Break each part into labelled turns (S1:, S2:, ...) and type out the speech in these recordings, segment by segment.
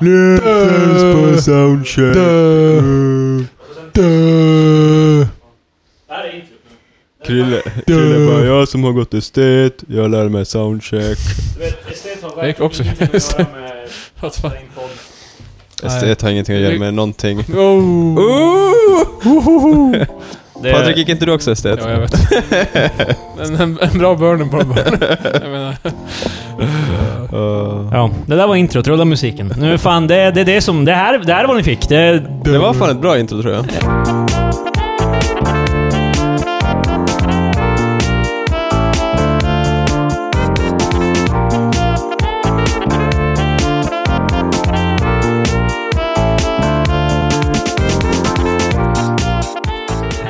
S1: Lipsens på soundcheck. Krille, Krille bara, jag som har gått estet, jag lär mig soundcheck.
S2: Jag gick också Vad fan?
S1: Estet har ingenting att göra med någonting.
S2: Oh. Det-
S1: Patrik, gick inte du också estet?
S2: Ja, jag vet. en, en, en bra burnen på en burn. Jag menar,
S1: Uh,
S3: Ja, det där var introt. Rulla musiken. Nu fan, det är det, är det som... Det här, det här är vad ni fick. Det,
S1: det var fan ett bra intro tror jag.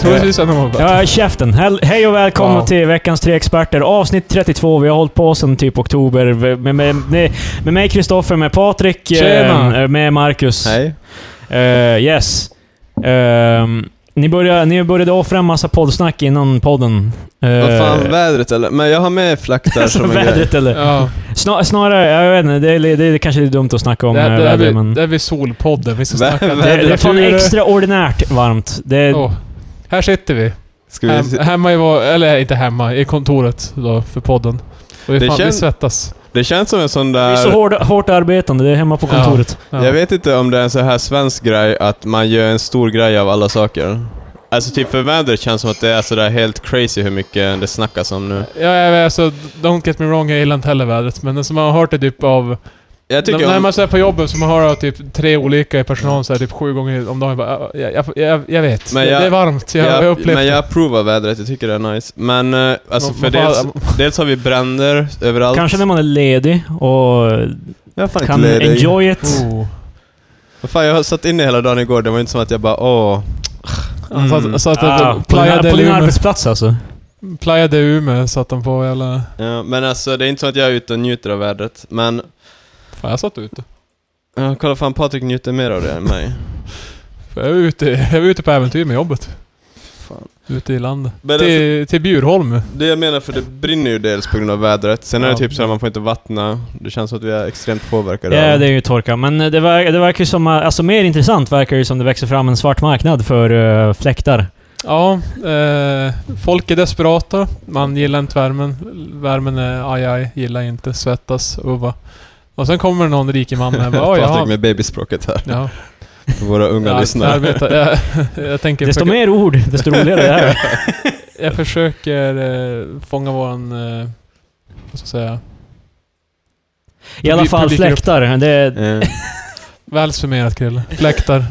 S2: troligtvis en av dem var
S3: ja, käften. Hel, hej och välkomna
S2: Wow.
S3: till veckans tre experter. Avsnitt 32. Vi har hållit på sedan typ oktober. Med, med, med, med mig Kristoffer, med Patrik, eh,
S2: Tjena.
S3: med Marcus.
S1: Hej.
S3: Eh, yes. Ehm, ni, började, ni började offra en massa poddsnack innan podden. Uh,
S1: Vad fan, vädret eller? Men jag har med flack där som en grej.
S3: vädret eller?
S2: Ja,
S3: Sna, snarare, jag vet inte, det, är- det är kanske är dumt att snacka om
S2: det, här-
S3: eh,
S2: det, här
S3: väder,
S2: blir-
S3: men...
S2: det här blir solpodden. Vi ska snacka
S1: Vä-
S2: om
S3: Det, det är fan
S2: naturen.
S3: extraordinärt varmt. Det,
S2: Åh, Här sitter vi.
S1: Ska vi
S2: Hem,
S1: se-
S2: hemma i vår... Eller inte hemma, i kontoret då, för podden. Och vi,
S1: Det
S2: fan, vi
S1: känns-
S2: svettas.
S1: Det känns som en sån
S3: Vi är så
S1: där...
S3: hård, hårt arbetande, det är hemma på
S2: Ja.
S3: kontoret.
S2: Ja.
S1: Jag vet inte om det är en så här svensk grej att man gör en stor grej av alla saker. Alltså typ för väder känns som att det är sådär helt crazy hur mycket det snackas om nu.
S2: Ja, jag vet, alltså, don't get me wrong, jag gillar inte heller vädret. Men som man har hört det typ av...
S1: Jag
S2: När,
S1: tycker
S2: när
S1: om...
S2: man så här på jobbet så man har typ tre olika i personalen så här, typ sju gånger om dagen. Jag, bara, jag, jag, jag, jag vet.
S1: Men
S2: Det-
S1: jag-
S2: det är varmt. Jag, jag, har
S1: jag,
S2: upplevt
S1: men jag
S2: det.
S1: approvar vädret, jag tycker det är nice. Men eh, alltså
S2: Man-
S1: för
S2: man
S1: dels,
S2: får-
S1: dels har vi bränder överallt.
S3: Kanske när man är ledig och
S1: Jag är fan
S3: kan
S1: inte ledig.
S3: enjoy it.
S2: Oh.
S1: Vad Fan, jag har satt inne hela dagen igår, det var inte som att jag bara åh...
S2: Han
S1: Mm.
S2: satt, satt
S3: Ah,
S2: på
S3: på, din,
S2: Playa
S3: ar- på
S2: del
S3: din
S2: Ume.
S3: arbetsplats alltså.
S2: Playa del Ume satt han på eller...
S1: Ja, men alltså det är inte som att jag är ute och njuter av vädret. Men
S2: Fan, jag satt ute.
S1: uh, kolla fan, Patrik njuter mer av det än mig.
S2: För Jag var ute, jag var ute på äventyr med jobbet.
S1: Fan.
S2: Ute i landet.
S1: Men alltså,
S2: Till, till Bjurholm.
S1: Det jag menar, för det brinner ju dels på grund av vädret. Sen är det
S2: Ja.
S1: typ så här, man får inte vattna. Det känns som att vi är extremt påverkade.
S3: Ja,
S1: av-
S3: det är ju torka. Men eh, det, ver- det verkar ju som... eh, Alltså mer intressant verkar det ju som det växer fram en svart marknad för eh, fläktar.
S2: Ja, eh, folk är desperata. Man gillar inte värmen. Värmen är aj, aj gillar inte, svettas, uva. Och sen kommer någon rike man med bara, "Oj,
S1: Patrik
S2: jaha."
S1: med babyspråket här.
S2: Ja,
S1: För Våra unga
S2: jag, jag,
S1: lyssnare.
S2: arbetar, jag, jag tänker...
S3: Desto
S2: försöka-
S3: mer ord, desto roligare det här.
S2: Jag försöker eh, fånga våran... Eh, vad ska jag säga?
S3: I alla
S2: Publik-
S3: fall
S2: publiker upp.
S3: fläktar. Det,
S1: Eh,
S2: Väl summerat Krille. Fläktar.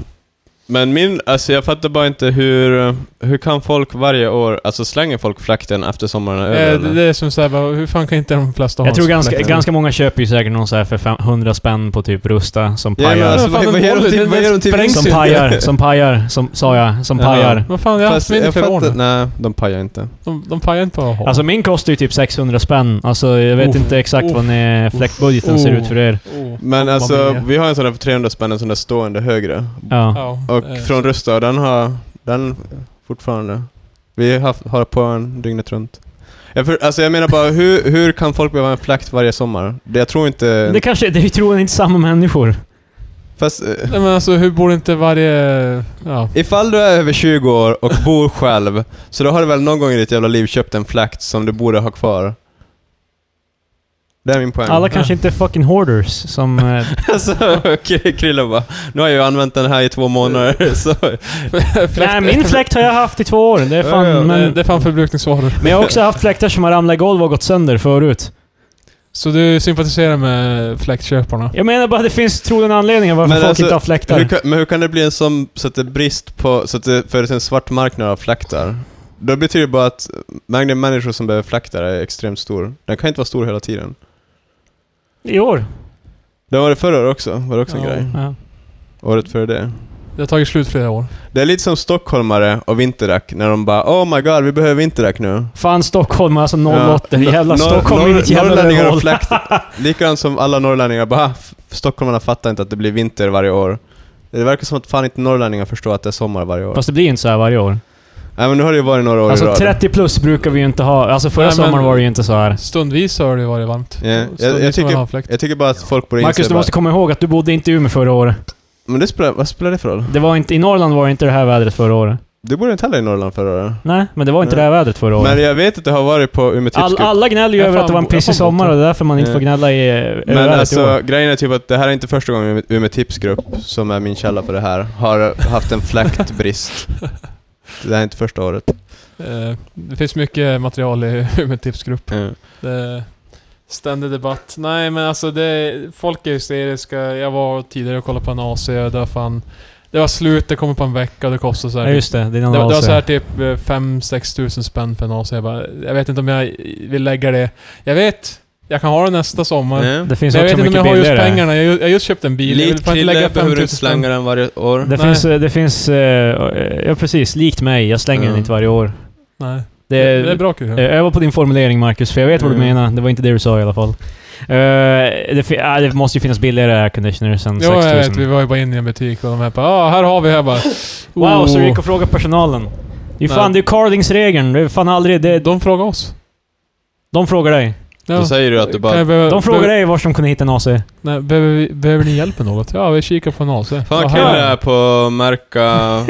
S1: Men min, alltså jag fattar bara inte hur, hur kan folk varje år, alltså slänger folk flakten efter sommaren är över?
S2: Eh, det,
S1: eller?
S2: det är som såhär, bara, hur fan kan inte de flesta ha
S3: jag tror
S2: en
S3: ganska,
S2: fläkt?
S3: ganska många köper ju säkert någon så här för fem- 100 spänn på typ Rusta som
S1: Ja, men
S3: pajar.
S1: alltså,
S2: Vad fan,
S1: vad, vad
S2: den
S1: gör de
S2: håller,
S1: till,
S2: den-
S1: vad gör de till
S2: den
S3: som
S2: sprängs ju.
S3: pajar, som pajar, som sa jag. Som
S1: Ja.
S3: pajar.
S2: Vad fan, jag har haft
S1: Fast
S2: mindre
S1: jag
S2: för
S1: fattar,
S2: åren.
S1: nej, de pajar inte.
S2: De, de pajar inte på att ha.
S3: Alltså min kostar ju typ 600 spänn. Alltså jag vet
S2: Uff,
S3: inte exakt
S2: uff,
S3: vad ni, fläktbudgeten ser ut för er.
S2: oh,
S1: Men
S2: mamma
S1: alltså,
S2: mia.
S1: vi har en sån där för 300 spänn, en sån där stående högre.
S3: Ja.
S2: Ja,
S1: Och
S2: eh,
S1: från Rusta, och den har, den fortfarande. Vi har, haft, har på en dygnet runt. Jag, för, alltså jag menar bara, hur, hur kan folk behöva en fläkt varje sommar? Det, jag tror inte...
S3: Det kanske, det är ju troligen inte samma människor.
S1: Fast, eh,
S2: Nej men alltså hur borde inte varje... Ja.
S1: ifall du är över 20 år och bor själv, så då har du väl någon gång i ditt jävla liv köpt en fläkt som du borde ha kvar? Det är min poäng.
S3: Alla kanske inte är fucking hoarders som... eh,
S1: alltså, okej, Krille bara, nu har jag ju använt den här i två månader, så...
S3: Nej, min fläkt har jag haft i två år. Det är
S1: Ja, ja,
S3: fan...
S2: Men,
S3: Men,
S2: det är fan förbrukningsvaror.
S3: men jag har också haft fläktar som har ramlat i golv och gått sönder förut.
S2: Så du sympatiserar med fläktköparna?
S3: Jag menar bara det finns troligen anledningar varför
S1: Men
S3: folk
S1: alltså,
S3: inte har
S1: Hur
S3: fläktar.
S1: kan, men hur kan det bli en sån, så att det är brist på, så att det föds en svart marknad av fläktar? Då betyder det bara att mängden människor som behöver fläktar är extremt stor. Den kan inte vara stor hela tiden.
S3: I år.
S1: Den var det förra året också, var det också
S2: Ja.
S1: en grej?
S3: Ja.
S1: Året före det.
S2: Det har tagit slut flera år.
S1: Det är lite som stockholmare och vinterdäck, när de bara ”Oh my god, vi behöver vinterdäck nu”.
S3: Fan Stockholm alltså 08.
S1: Ja.
S3: Jävla
S1: Nor-
S3: Stockholm är
S1: nor-
S3: mitt jävla
S1: norrlänningar har
S3: rövhål.
S1: fläktar. Likadant som alla norrlänningar bara "Ah, f- ”Stockholmarna fattar inte att det blir vinter varje år”. Det verkar som att fan inte norrlänningar förstår att det är sommar varje år.
S3: Fast det blir ju inte så här varje år.
S1: Nej men nu har det ju varit några år i
S3: Alltså
S1: rad.
S3: 30 plus brukar vi ju inte ha. Alltså förra
S2: Nej, men-
S3: sommaren var det ju inte så här.
S2: Stundvis har det varit varmt.
S1: Ja, jag- jag
S2: Stundvis har
S1: tycker-
S2: man havfläkt.
S1: Jag tycker bara att folk borde
S3: Marcus,
S1: inse
S3: du måste
S1: bara,
S3: komma ihåg att du bodde inte i Umeå förra året.
S1: Men det spelar, vad spelar det för roll?
S3: Det var inte, I Norrland var det inte det här vädret förra året.
S1: Du bodde inte heller i Norrland förra året.
S3: Nej, men det var inte
S1: Nej.
S3: det här vädret förra året.
S1: Men typ jag vet att det har varit på Umeå
S3: All,
S1: Tipscup.
S3: alla gnäller ju
S2: Jag
S3: över
S2: fan
S3: att det var en
S2: bo- jag
S3: pissig
S2: fan
S3: sommar
S2: bott
S3: och det är därför man inte
S1: Ja.
S3: får gnälla i över
S1: Men
S3: vädret i
S1: alltså
S3: år.
S1: grejen är typ att det här är inte första gången Umeå- Umeå Tipsgrupp, som är min källa för det här, har haft en fläktbrist. det här är inte första året.
S2: Eh, Det finns mycket material i Umeå tipsgrupp.
S1: Mm.
S2: Det är ständig debatt. Nej men alltså det, folk är hysteriska. Jag var tidigare och kollade på en AC där fan... Det var slut, det kommer på en vecka och det kostar så här typ-
S3: Ja, just det. Det är någon
S2: Det, var- det var
S3: AC.
S2: så här typ 5-6 tusen spänn för en AC. Jag, bara, jag vet inte om jag vill lägga det. Jag vet, jag kan ha det nästa sommar.
S1: Mm.
S3: Det finns
S2: Men jag
S3: också
S2: vet inte om
S3: mycket
S2: jag har just
S3: billigare.
S2: pengarna. Jag, har ju- jag har just köpt en bil. Jag vill
S1: Likt
S2: fan inte lägga
S1: Krille
S2: 5
S1: behöver
S2: 000
S1: du
S2: spänn.
S1: slänga den varje år.
S3: Det
S2: Nej.
S3: finns, eh, det finns... eh, eh, Ja, precis. Likt mig. Jag slänger
S1: Mm.
S3: den inte varje år.
S2: Nej.
S3: Det
S2: Det, det är bra kul.
S3: Eh, Öva på din formulering Marcus, för jag vet vad du
S1: Mm.
S3: menar. Det var inte det du sa i alla fall. Eh, det, fi- ah, det måste ju finnas billigare airconditioners än
S2: Jo, jag vet.
S3: 6000.
S2: Vi var ju bara inne i en butik och de här bara ah, här har vi”. Jag bara...
S3: Wow, så du gick
S2: "Oh."
S3: och frågade personalen. Det är ju
S2: Nej.
S3: fan, det är ju Carlings-regeln. Det är fan aldrig... Det, de,
S2: De frågar oss.
S3: de frågar dig.
S1: Då säger du att du
S2: Kan
S1: bara...
S2: jag behöva-
S3: De frågar
S2: behöver-
S3: dig var som kunde hitta en AC.
S2: Nej, behöver, vi- behöver ni hjälp med något? Ja, vi kikar på en AC.
S1: Fan
S2: Ja,
S1: vad
S2: här-
S1: kul det är på Märka...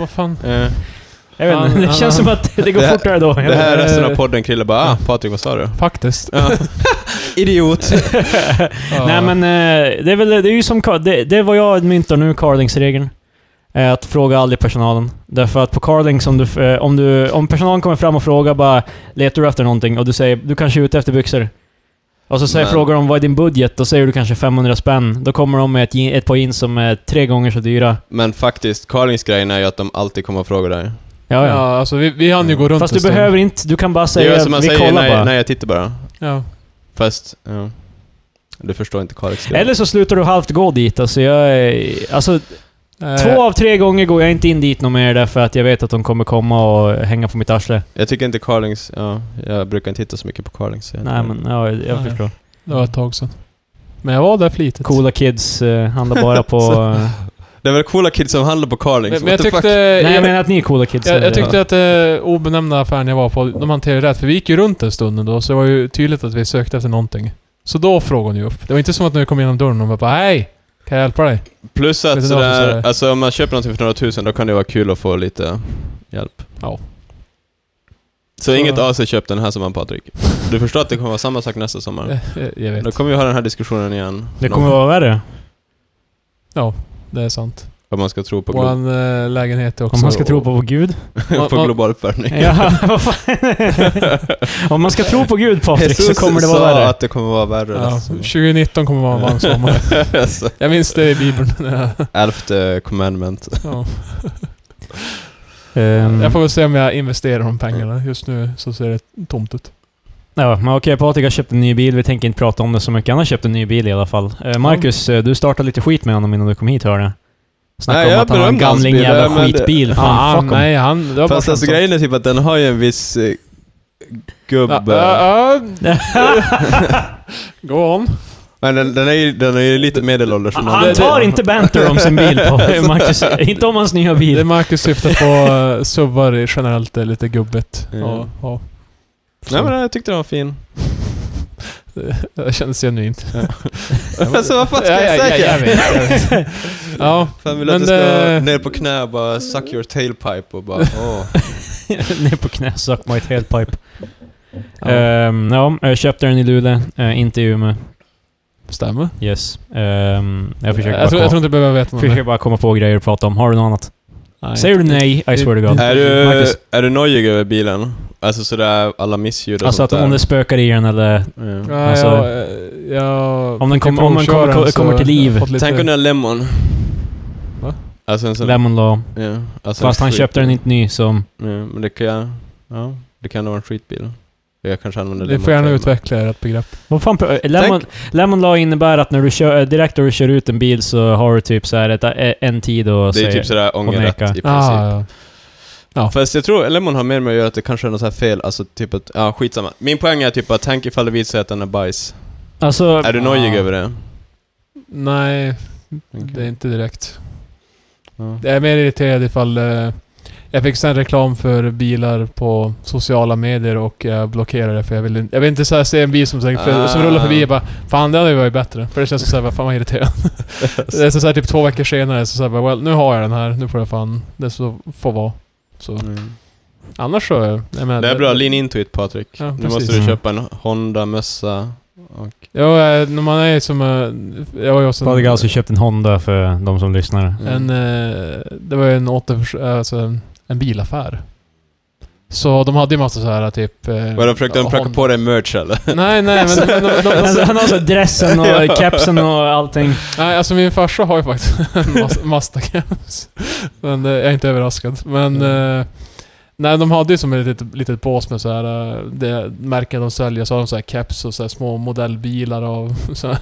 S2: Vad fan?
S1: Eh,
S3: Jag vet inte,
S2: Ja,
S3: det
S2: ja,
S3: känns
S2: ja.
S3: som att det går
S1: Det här-
S3: fortare då. Eh. Jag
S1: Det
S3: vet
S1: här är
S3: inte.
S1: resten av podden, Krille bara ah, Patrik vad sa du?
S2: Faktiskt.
S1: Ja. Idiot.
S2: Ja.
S3: Nej men eh, det är väl, det är ju som, Car- det, det är vad jag myntar nu, Carlings-regeln. Eh, Att fråga aldrig personalen. Därför att på Carlings, om, du, f- eh, om, du, om personalen kommer fram och frågar bara “Letar du efter någonting?” och du säger “Du kanske är ute efter byxor?” Och så säger,
S1: Nej.
S3: frågar de “Vad är din budget?” Då säger du kanske 500 spänn. Då kommer de med ett, je- ett par jeans som är tre gånger så dyra.
S1: Men faktiskt, Karlings grejen är ju att de alltid kommer och frågar dig.
S3: Ja, ja.
S2: Ja, alltså vi, vi hann ju gå runt
S3: Fast
S2: en
S3: du
S2: stund.
S3: behöver inte, du kan
S1: Det
S3: bara
S1: är
S3: säga
S1: ju som man
S3: “Vi
S1: säger,
S3: kollar
S1: nej,
S3: bara”.
S1: nej jag tittar bara.
S2: Ja.
S1: Fast, ja. Du förstår inte Karlings grej.
S3: Eller så slutar du halvt gå dit. Alltså jag är, Alltså
S2: Eh,
S3: Två av tre gånger går jag inte in dit någon mer därför att jag vet att de kommer komma och hänga på mitt arsle.
S1: Jag tycker inte Karlings, ja, jag brukar inte titta så mycket på Karlings. så jag-
S3: Nej men, ja, jag
S2: Nej.
S3: förstår.
S2: Det var ett tag sedan. Men jag var där flitigt.
S3: Coola kids eh, handlar bara på... eh,
S1: Det är väl coola kids som handlar på Karlings?
S2: Men, men
S1: liksom. What
S2: jag
S1: the fuck?
S2: tyckte...
S3: nej jag
S2: Jag,
S3: menar att ni är coola kids.
S2: jag,
S3: eh,
S2: jag tyckte att eh, obenämnda affären jag var på, de hanterade det rätt. För vi gick ju runt en stund då, så det var ju tydligt att vi sökte efter någonting. Så då frågade ni upp. Det var inte som att när vi kom igenom dörren och de bara “Hej! Kan jag hjälpa dig?”
S1: Plus
S2: Vet
S1: att
S2: du vad som
S1: sådär,
S2: säger?
S1: alltså om man köper någonting för några tusen då kan det vara kul att få lite hjälp.
S2: Ja.
S1: Så,
S2: Så-
S1: inget AC köp den här sommaren Patrik. Du förstår att det kommer vara samma sak nästa sommar.
S2: Eh, eh, Jag
S1: Då
S2: vet.
S1: kommer vi ha den här diskussionen igen.
S3: Det kommer vara värre.
S2: Det är sant.
S1: Om man ska tro på, glo-
S2: Vår eh, lägenhet är också...
S3: Om man ska tro på Gud.
S2: man-
S1: på
S2: man-
S1: global uppvärmning.
S3: ja, vad fan. Om man ska tro på Gud Patrik så
S1: Jesus
S3: kommer det
S1: sa
S3: vara värre.
S1: att det kommer vara värre.
S2: Ja,
S1: nästa sommar.
S2: 2019 kommer vara en varm sommar.
S1: Alltså,
S2: Jag minns det i Bibeln. Ja.
S1: Elfte commandment.
S2: Ja.
S1: Mm.
S3: Ehm,
S2: Jag får väl se om jag investerar de pengarna. Just nu så ser det tomt ut.
S3: ja, men okej Patrik har köpt en ny bil. Vi tänker inte prata om det så mycket. Han har köpt en ny bil i alla fall. Eh, Marcus, eh, du startade lite skit med honom innan du kom hit hörde jag. Snacka
S1: Nej,
S3: om
S1: jag
S3: att han har en
S1: berömde hans
S3: gamling
S1: bil,
S3: jävla
S1: ja, men det-
S3: skitbil. Fan,
S2: Ah,
S3: fuck honom.
S2: nej, han... Det var bara
S1: Fast alltså
S2: skämtsamt.
S1: grejen är typ att den har ju en viss eh, gubbe...
S2: Ja, ja, ja. Go on.
S1: Men den, den, är ju, den är ju lite medelålders.
S3: Han,
S1: men den-
S3: tar inte banter om sin bil på Marcus. Inte om hans nya
S2: Det
S3: bil.
S2: Marcus syftar på uh, suvar är generellt är lite gubbigt.
S1: Ja.
S2: Ja, ja.
S1: Nej men jag tyckte den var fin.
S2: Det känns genuint.
S1: alltså vad fan ska
S2: Ja,
S1: jag
S2: ja, ja,
S1: säga?
S2: jag vet, jag vet. Ja,
S1: Fan vill du att
S2: Men eh,
S1: jag ska
S2: det-
S1: ner på knä och bara suck your tailpipe och bara åh.
S3: Ner på knä, suck my tailpipe.
S2: Ja.
S3: Ja, ja jag köpte den i Luleå, eh, inte i Umeå.
S2: stämmer.
S3: Yes. Ehm, jag försöker bara,
S2: jag, tror, jag tror
S3: komma,
S2: inte du behöver veta något
S3: försöker bara komma på grejer att prata om. Har du något annat?
S2: mer.
S3: Säger du nej, I swear to God.
S2: Det-
S1: Är du,
S3: Marcus.
S1: är du nojig över bilen? Alltså sådär alla missljud och
S3: Alltså att
S1: sånt där.
S3: om det spökar i den eller...
S1: Ja.
S2: Ja,
S3: Alltså,
S2: jag, eh, jag,
S3: om den kom-
S2: jag
S3: om den kommer-
S2: provkör den så
S3: kommer till liv.
S2: jag har fått lite-
S1: Tänk om det är lemon.
S2: Va?
S1: Alltså en sån...
S3: Lemon Law.
S1: ja, alltså
S3: Fast
S1: en
S3: han
S1: skit-
S3: köpte den inte ny som...
S1: Ja, men det kan jag... Ja, det kan nog vara en skitbil. Jag kanske använder
S2: Ni
S1: lemon
S2: får gärna
S1: själv, men-
S2: utveckla ert begrepp.
S3: Vad fan... eh, Lemon, lemon Law innebär att när du kör, eh, direkt när du kör ut en bil så har du typ så här ett, eh, en tid och
S1: Det är
S3: säger...
S1: typ sådär ångerrätt i
S3: neka.
S1: princip.
S2: Ah, Ja.
S1: Fast jag tror Lemon har mer med att göra att det kanske är något så här fel, alltså typ att, ja skitsamma. Min poäng är typ att tänk ifall det visar sig att den är bajs.
S3: Alltså,
S1: Är du nojig
S2: Ah.
S1: över det?
S2: ja. Nej,
S1: Okej.
S2: det är inte direkt.
S1: Ja.
S2: Jag är mer irriterad ifall... eh, Jag fick sen reklam för bilar på sociala medier och jag blockerade det för jag ville Jag vill inte så här se en bil som, så här- för, som rullar förbi och bara Fan det hade ju varit bättre. För det känns som såhär, vad fan vad irriterande. det är så här, typ två veckor senare så såhär, well nu har jag den här. Nu får jag fan... Det så får vara. Så.
S1: Mm.
S2: Annars så... Jag menar,
S1: Det är bra, lean into it Patrik.
S2: Ja,
S1: nu
S2: precis.
S1: måste du
S3: Mm.
S1: köpa en Honda-mössa. Och...
S2: Ja, eh, när man är som... eh, Jag var ju också...
S3: Patrik har alltså köpt en Honda för de som lyssnar.
S1: Mm.
S2: En, eh, det var ju en återförs... Alltså en, en bilaffär. Så de hade ju massa så här typ... eh,
S1: Vadå, försökte de pracka
S2: Hon-
S1: på dig merch eller?
S2: Nej, nej men... men de, de, de,
S3: Alltså, han har så här dressen och kepsen och allting.
S2: nej, alltså min farsa har ju faktiskt en Mas- Mazda Cams. Men eh, jag är inte överraskad. Men...
S1: Mm.
S2: eh, Nej, de hade ju som ett litet, litet bås med så här eh, det märken de säljer, så har de så här caps och så här små modellbilar och så här.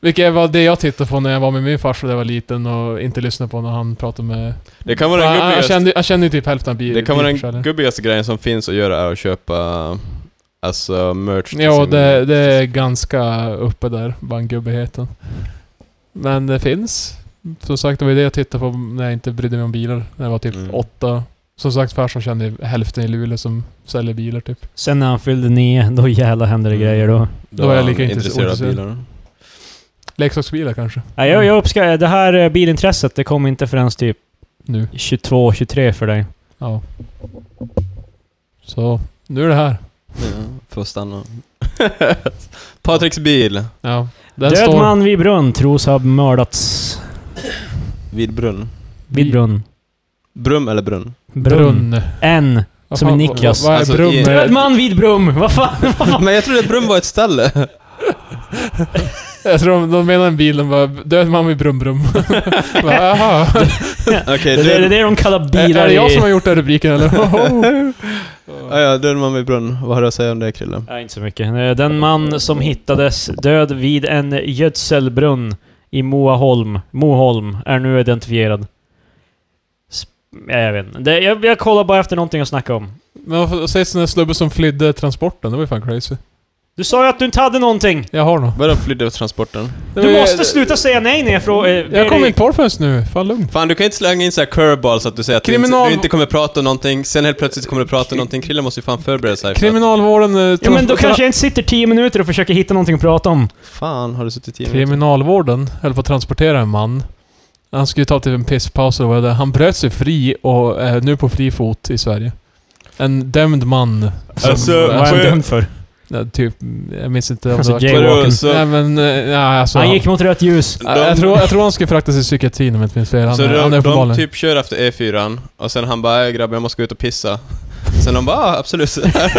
S2: Vilket var det jag tittade på när jag var med min farsa när jag var liten och inte lyssnade på när han pratade med
S1: Det kan vara
S2: Ja,
S1: den
S2: Han, han,
S1: gubbigaste,
S2: kände, han kände ju typ hälften av bil,
S1: det kan vara den
S2: bilförsäljaren.
S1: gubbigaste grejen som finns att göra är att köpa alltså merch till
S2: Jo,
S1: sin-
S2: det, det är ganska uppe där, bandgubbigheten. Men det finns. Som sagt, det var ju det jag tittade på när jag inte brydde mig om bilar. När jag var typ
S1: Mm.
S2: åtta. Som sagt, farsan kände ju hälften i Luleå som säljer bilar typ.
S3: Sen när han fyllde nio, då jävlar hände det
S1: Mm.
S3: grejer då.
S1: Då
S2: Då är jag
S1: han
S2: lika intresse-
S1: intresserad av
S2: ointresserad.
S1: bilar.
S2: Leksaksbilar kanske.
S3: Nej, jag, jag uppskattar det här eh, bilintresset, det kom inte förrän typ
S2: Nu.
S3: 22, 23 för dig.
S2: Ja. Så, nu är det här.
S1: Ja, får stanna. Patriks bil
S2: Ja. Den
S3: Död
S2: står...
S3: man vid brunn tros ha mördats.
S1: vid brunn.
S3: Vid brunn.
S1: Brum eller brunn?
S3: Brunn. En.
S2: Vad
S3: Som
S2: fan-
S3: är Niklas.
S2: Vad, vad är
S1: Alltså,
S2: brum?
S1: i-
S3: Död man vid brum! Vad fan?
S1: Men jag trodde att brum var ett ställe.
S2: Jag tror de, de menar en bil, de bara Död man vid brum brum. Bara, Jaha.
S1: Okej,
S3: Det
S1: död-
S3: är det, är det de kallar
S2: Är,
S3: bilar
S2: är det jag
S3: i-
S2: som har gjort den här rubriken eller?
S1: Ja, ja, död man vid brunn. Vad har du att säga om det Krille?
S3: Nej, inte så mycket. Eh, Den man som hittades död vid en gödselbrunn i Moaholm, Moholm är nu identifierad. Sp- Nej, jag vet inte. Det, jag, jag kollar bara efter någonting att snacka om.
S2: Men vad sägs den där snubben som flydde transporten? Det var ju fan crazy.
S3: Du sa ju att du inte hade någonting!
S2: Jag har nog.
S1: Vadå flydde transporten?
S2: Det var
S3: Du
S2: ju-
S3: måste sluta säga nej när jag frågar... eh,
S2: Jag kommer
S3: Erik.
S2: inte på det förrän nu. Fan lugn.
S1: Fan, du kan inte slänga in så här curveballs att du säger att du,
S2: Kriminal-
S1: inte, du inte kommer prata om någonting, sen helt plötsligt kommer du prata om någonting. Krille måste ju fan förbereda sig. för att-
S2: Kriminalvården... eh,
S3: Ja men då
S2: transpor-
S3: kanske jag inte sitter 10 minuter och försöker hitta någonting att prata om.
S1: Fan, har du suttit tio minuter?
S2: Kriminalvården höll på att transportera en man. Han skulle ta typ en pisspaus eller vad det är. Han bröt sig fri och är nu på fri fot i Sverige. En dömd man. som-
S1: Alltså,
S2: eh,
S1: vad är han dömd
S3: för?
S2: ja, typ... Jag minns inte om det
S3: Alltså,
S2: var...
S3: Jay-
S1: Vadå,
S3: Jaywalking.
S1: så,
S2: Nej men... eh, Ja, alltså,
S3: Han gick mot rött ljus.
S2: jag, jag, tror, jag tror han skulle fraktas i psykiatrin om jag inte minns fel. Han,
S1: så
S2: är- han är
S1: de, de
S2: uppenbarligen...
S1: typ kör efter E4 och sen han bara "Äh, grabbar jag måste gå ut och pissa. Sen de bara ah, absolut.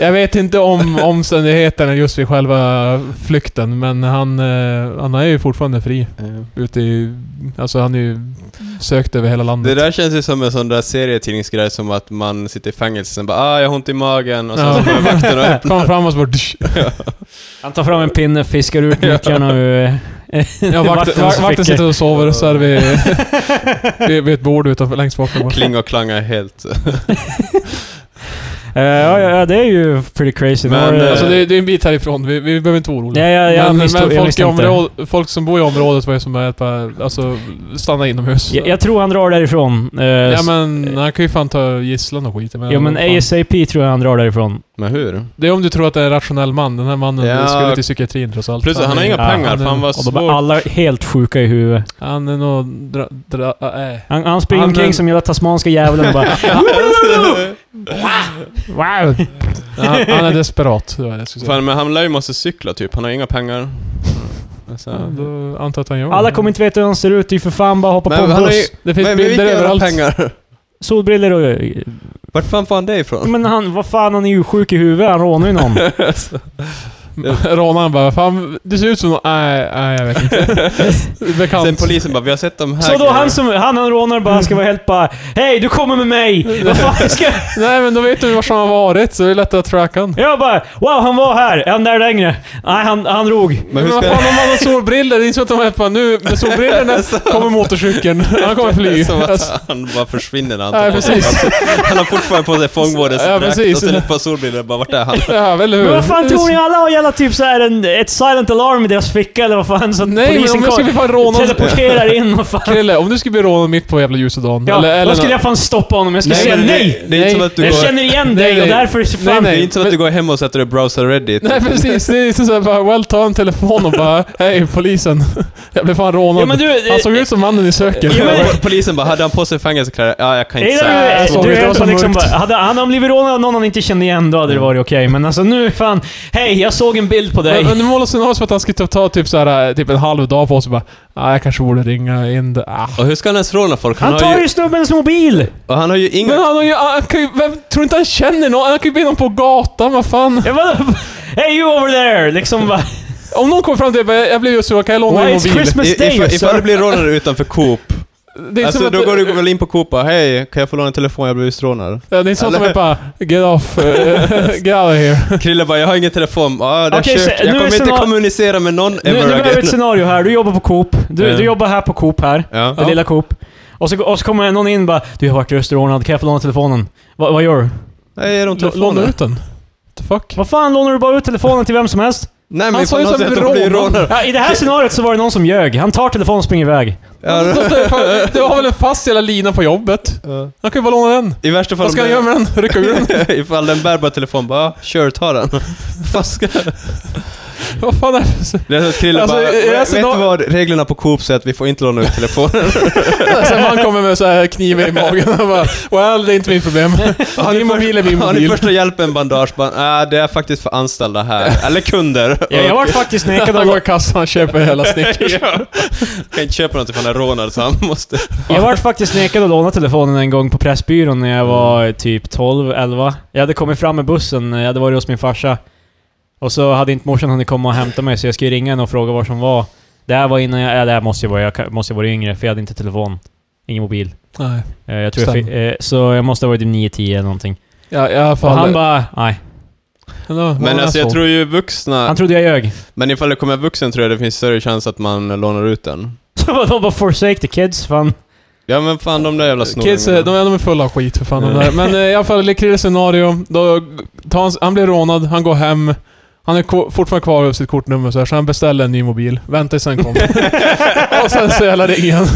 S2: Jag vet inte om omständigheterna just vid själva flykten, men han, eh, han är ju fortfarande fri. Ute i... Alltså han är ju sökt över hela
S1: Det
S2: landet.
S1: där känns ju som en sån där serietidningsgrej som att man sitter i fängelse och sen bara ah, jag har ont i magen och sen så kommer vakten och öppnar.
S2: Kom fram och så bara... Dusch.
S3: Han tar fram en pinne, fiskar ut nycklarna Eh, ur...
S2: Ja, vakten,
S3: Vaktens
S2: vak- vakten
S3: fickor.
S2: sitter och sover så här vid, vid, vid ett bord utanför, längst bak. där borta.
S1: Kling och klanga helt.
S3: Eh, ja, ja, ja, det är ju pretty crazy.
S1: Men,
S3: Då har du-
S1: eh,
S2: Alltså det, är- det är en bit härifrån, vi, vi behöver inte vara
S3: Ja,
S2: oroliga.
S3: ja, ja,
S2: men
S3: men,
S2: men folk, i
S3: jag, områd...
S2: områd, folk som bor i området var ju som att bara, alltså, stanna inomhus.
S3: jag, jag tror han drar därifrån. Eh,
S2: ja men han kan ju fan ta gisslan och skit.
S3: ja, men
S2: fan.
S3: ASAP tror jag han drar därifrån.
S1: Men hur?
S2: Det är om du tror att det är en rationell man. Den här mannen
S1: Ja.
S2: skulle till psykiatrin trots allt.
S1: Plus att han har
S2: är-
S1: inga
S3: Ja,
S1: pengar,
S2: han är-
S1: för han var
S3: Och de är
S1: svår.
S3: alla helt sjuka i huvudet.
S2: Han är nog... Dra, dra, äh, äh.
S3: Han, han springer
S2: Han-
S3: omkring som hela tasmanska djävulen och bara... wow!
S2: Han, han är desperat. det var det jag skulle säga.
S1: Fan, men han lär ju måste cykla typ, han har inga pengar. Alltså. Så.
S2: Ja, då antar jag att han gör
S3: Alla
S2: det.
S3: kommer inte veta hur han ser ut, det är ju för fan bara hoppa
S1: Men
S3: på en
S1: han har
S3: buss.
S1: ju-
S2: Det finns
S1: Men
S2: bilder
S1: vilka
S2: överallt.
S1: jävla pengar?
S3: Solbriller och...
S1: Vart fan får han det ifrån?
S3: Men han, vad fan, han är ju sjuk i huvudet, han rånar ju någon.
S2: Rånaren bara Fan, du ser ut som någon... Nej, nej jag vet inte. Bekant.
S1: Sen polisen bara, vi har sett de här
S3: Så då
S1: grejerna."
S3: han som, han han rånar bara ska vara helt bara Hej, du kommer med mig! Vad fan ska...
S2: Nej men då vet du var som han har varit, så det är lättare att tracka han.
S3: Jag bara Wow, han var här! Är han där längre? Nej, han, han drog.
S1: Men
S2: Men
S1: hur
S2: vad
S1: ska
S2: fan, om han har solbrillor, det är inte så att de är bara nu, med solbrillorna kommer motorcykeln. Han kommer fly.
S1: Som
S2: Alltså,
S1: att han bara försvinner när han
S2: Ja,
S1: tar på sig-
S2: precis.
S1: Han har fortfarande på sig fångvårdens
S2: Ja,
S1: dräkt
S2: precis.
S1: och sen ett par solbrillor. Bara, vart är han?
S2: ja, väl hur?
S3: Men vad fan tror ni alla har jävla har typ så här en, ett silent alarm i deras ficka eller vad fan, så att
S2: Nej men
S3: polisen
S2: om jag
S3: kom-
S2: skulle bli fan rånad...
S3: teleporterar in och fan...
S2: Krille, om du skulle bli rånad mitt på jävla ljusa dagen.
S3: Ja,
S2: eller, eller
S3: då skulle jag fan stoppa honom. Jag skulle
S2: Nej,
S3: säga
S1: men det-
S3: nej!
S1: Det är inte
S2: Nej.
S1: som att du
S3: Jag
S1: går...
S3: känner igen dig
S2: Nej,
S3: och
S2: nej.
S3: därför fan...
S2: Nej,
S1: Det
S2: nej.
S1: är inte som att du går hem och sätter dig och browsar Reddit.
S2: Nej precis, det är så här bara, well ta en telefon och bara, hej polisen. Jag blev fan rånad.
S3: Ja, men du, eh,
S2: Han såg ut som mannen ni söker.
S3: Ja, men-
S1: Polisen bara, hade han på sig fängelsekläder? Ja, jag kan
S3: Nej,
S1: inte
S3: nej,
S1: säga. Alltså,
S3: nej,
S2: Så
S3: du,
S2: det var så
S3: du, liksom bara,
S2: mörkt. Mm.
S3: hade, hade han blivit rånad av någon han inte kände igen, då hade det varit okej. Men alltså nu, fan. Hej, jag såg en bild på dig.
S2: Men, men nu målar scenariot som att han skulle ta, ta typ, så här, eh, typ en halv dag på sig bara, ah, jag kanske borde ringa in det. Ah.
S1: Och hur ska han ens råna folk?
S3: han
S1: har
S3: tar ju snubbens mobil!
S1: och han har ju inga...
S2: Men han har ju, ah, han kan ju, vem, tror inte han känner någon? Han kan ju be någon på gatan, vad fan.
S3: Jag bara, hey you over there! Liksom bara,
S2: Om någon kommer fram till dig bara, jag blev just så, kan jag låna
S3: why
S2: din
S3: it's
S2: mobil?
S1: I-
S3: Christmas day
S1: Ifall,
S2: alltså.
S1: ifall du
S3: sir?
S1: blir rånad utanför Coop,
S2: Det är inte som
S1: alltså,
S2: att-
S1: då går du väl in på Coop och hej, kan jag få låna en telefon? Jag blev just rånad.
S2: Ja, Det är inte sånt som
S1: Eller-
S2: är bara, get off, eh, get out of here.
S1: Krille bara, jag har ingen telefon. Ah, det är
S3: Okej,
S1: kört.
S3: så
S1: Jag
S3: nu är
S1: kommer inte
S3: scenar-
S1: kommunicera med någon
S3: Nu, nu
S1: ever
S3: behöver vi
S1: again.
S3: ett scenario här. Du jobbar på Coop. Du,
S1: Ja.
S3: du jobbar här på Coop här.
S1: Ja.
S3: Det lilla Coop. Och så, och så kommer någon in och bara Du, jag vart just rånad. Kan jag få låna telefonen? Va, vad gör du?
S1: Nej, ger de
S2: Lå- Låna
S1: telefonen?
S2: ut den. The fuck?
S3: Vad fan, lånar du bara ut telefonen till vem som helst?
S1: Nej, men
S2: Han
S1: ifall
S2: sa ju
S1: någon
S2: som
S1: säger att de blir
S2: rånad.
S1: rånade.
S3: Ja, I det här scenariot så var det någon som ljög. Han tar telefonen och springer iväg.
S1: Ja,
S2: Alltså, Du har väl en fast jävla lina på jobbet?
S1: ja.
S2: Han kan ju bara låna den.
S1: I värsta fall...
S2: Vad ska
S1: de-
S2: han göra med den? Rycka ur den?
S1: Ifall den bär bara telefon, bara ah, kör, ta den. Vad ska...
S2: Vad fan är det?
S1: Det är så att Krille
S2: Alltså,
S1: bara,
S2: jag- jag
S1: vet
S2: ser
S1: du
S2: nå-
S1: vad? Reglerna på Coop säger att vi får inte låna ut telefonen.
S2: Sen han kommer med så här kniv i magen och bara Well, det är inte mitt problem.
S1: Har ni
S2: Min mobil är
S1: först-
S2: min
S1: Har ni
S2: mobil.
S1: första hjälpen bandage? Bara, ah, det är faktiskt för anställda här. Eller kunder.
S3: Ja, jag vart faktiskt nekad
S2: Han
S3: av,
S2: går i kassan och köper hela Snickers.
S1: Ja. Kan inte köpa något ifall han är rånad så han måste...
S3: jag vart faktiskt nekad att låna telefonen en gång på Pressbyrån när jag var typ 12, 11. Jag hade kommit fram med bussen, jag hade varit hos min farsa. Och så hade inte morsan hunnit komma och hämta mig så jag skulle ringa henne och fråga var som var. Det här var innan jag... Ja, det här måste jag vara. Jag kan- måste jag vara yngre för jag hade inte telefon. Ingen mobil.
S2: Nej.
S3: Eh, Jag tror jag fick, eh, så jag måste ha varit typ 9-10 eller någonting.
S2: Ja, i alla
S3: Och
S2: fall.
S3: han bara... Nej.
S2: Hello,
S1: Men
S2: vad
S1: alltså
S2: är
S1: jag
S2: så?
S1: tror ju vuxna...
S3: Han trodde jag ljög.
S1: Men ifall det kommer en vuxen tror jag det finns större chans att man lånar ut den.
S3: Så var de bara 'forsake the kids' fan.
S1: Ja men fan de där jävla snorungarna.
S2: Kids, eh, de, är- de är fulla av skit för fan de
S1: Ja.
S2: där. Men eh, i alla fall, Krilles scenario. Då tar han, han blir rånad, han går hem. Han är ko- fortfarande kvar över sitt kortnummer så, här, så han beställer en ny mobil. Väntar tills den kommer. och sen så jävla ringer han.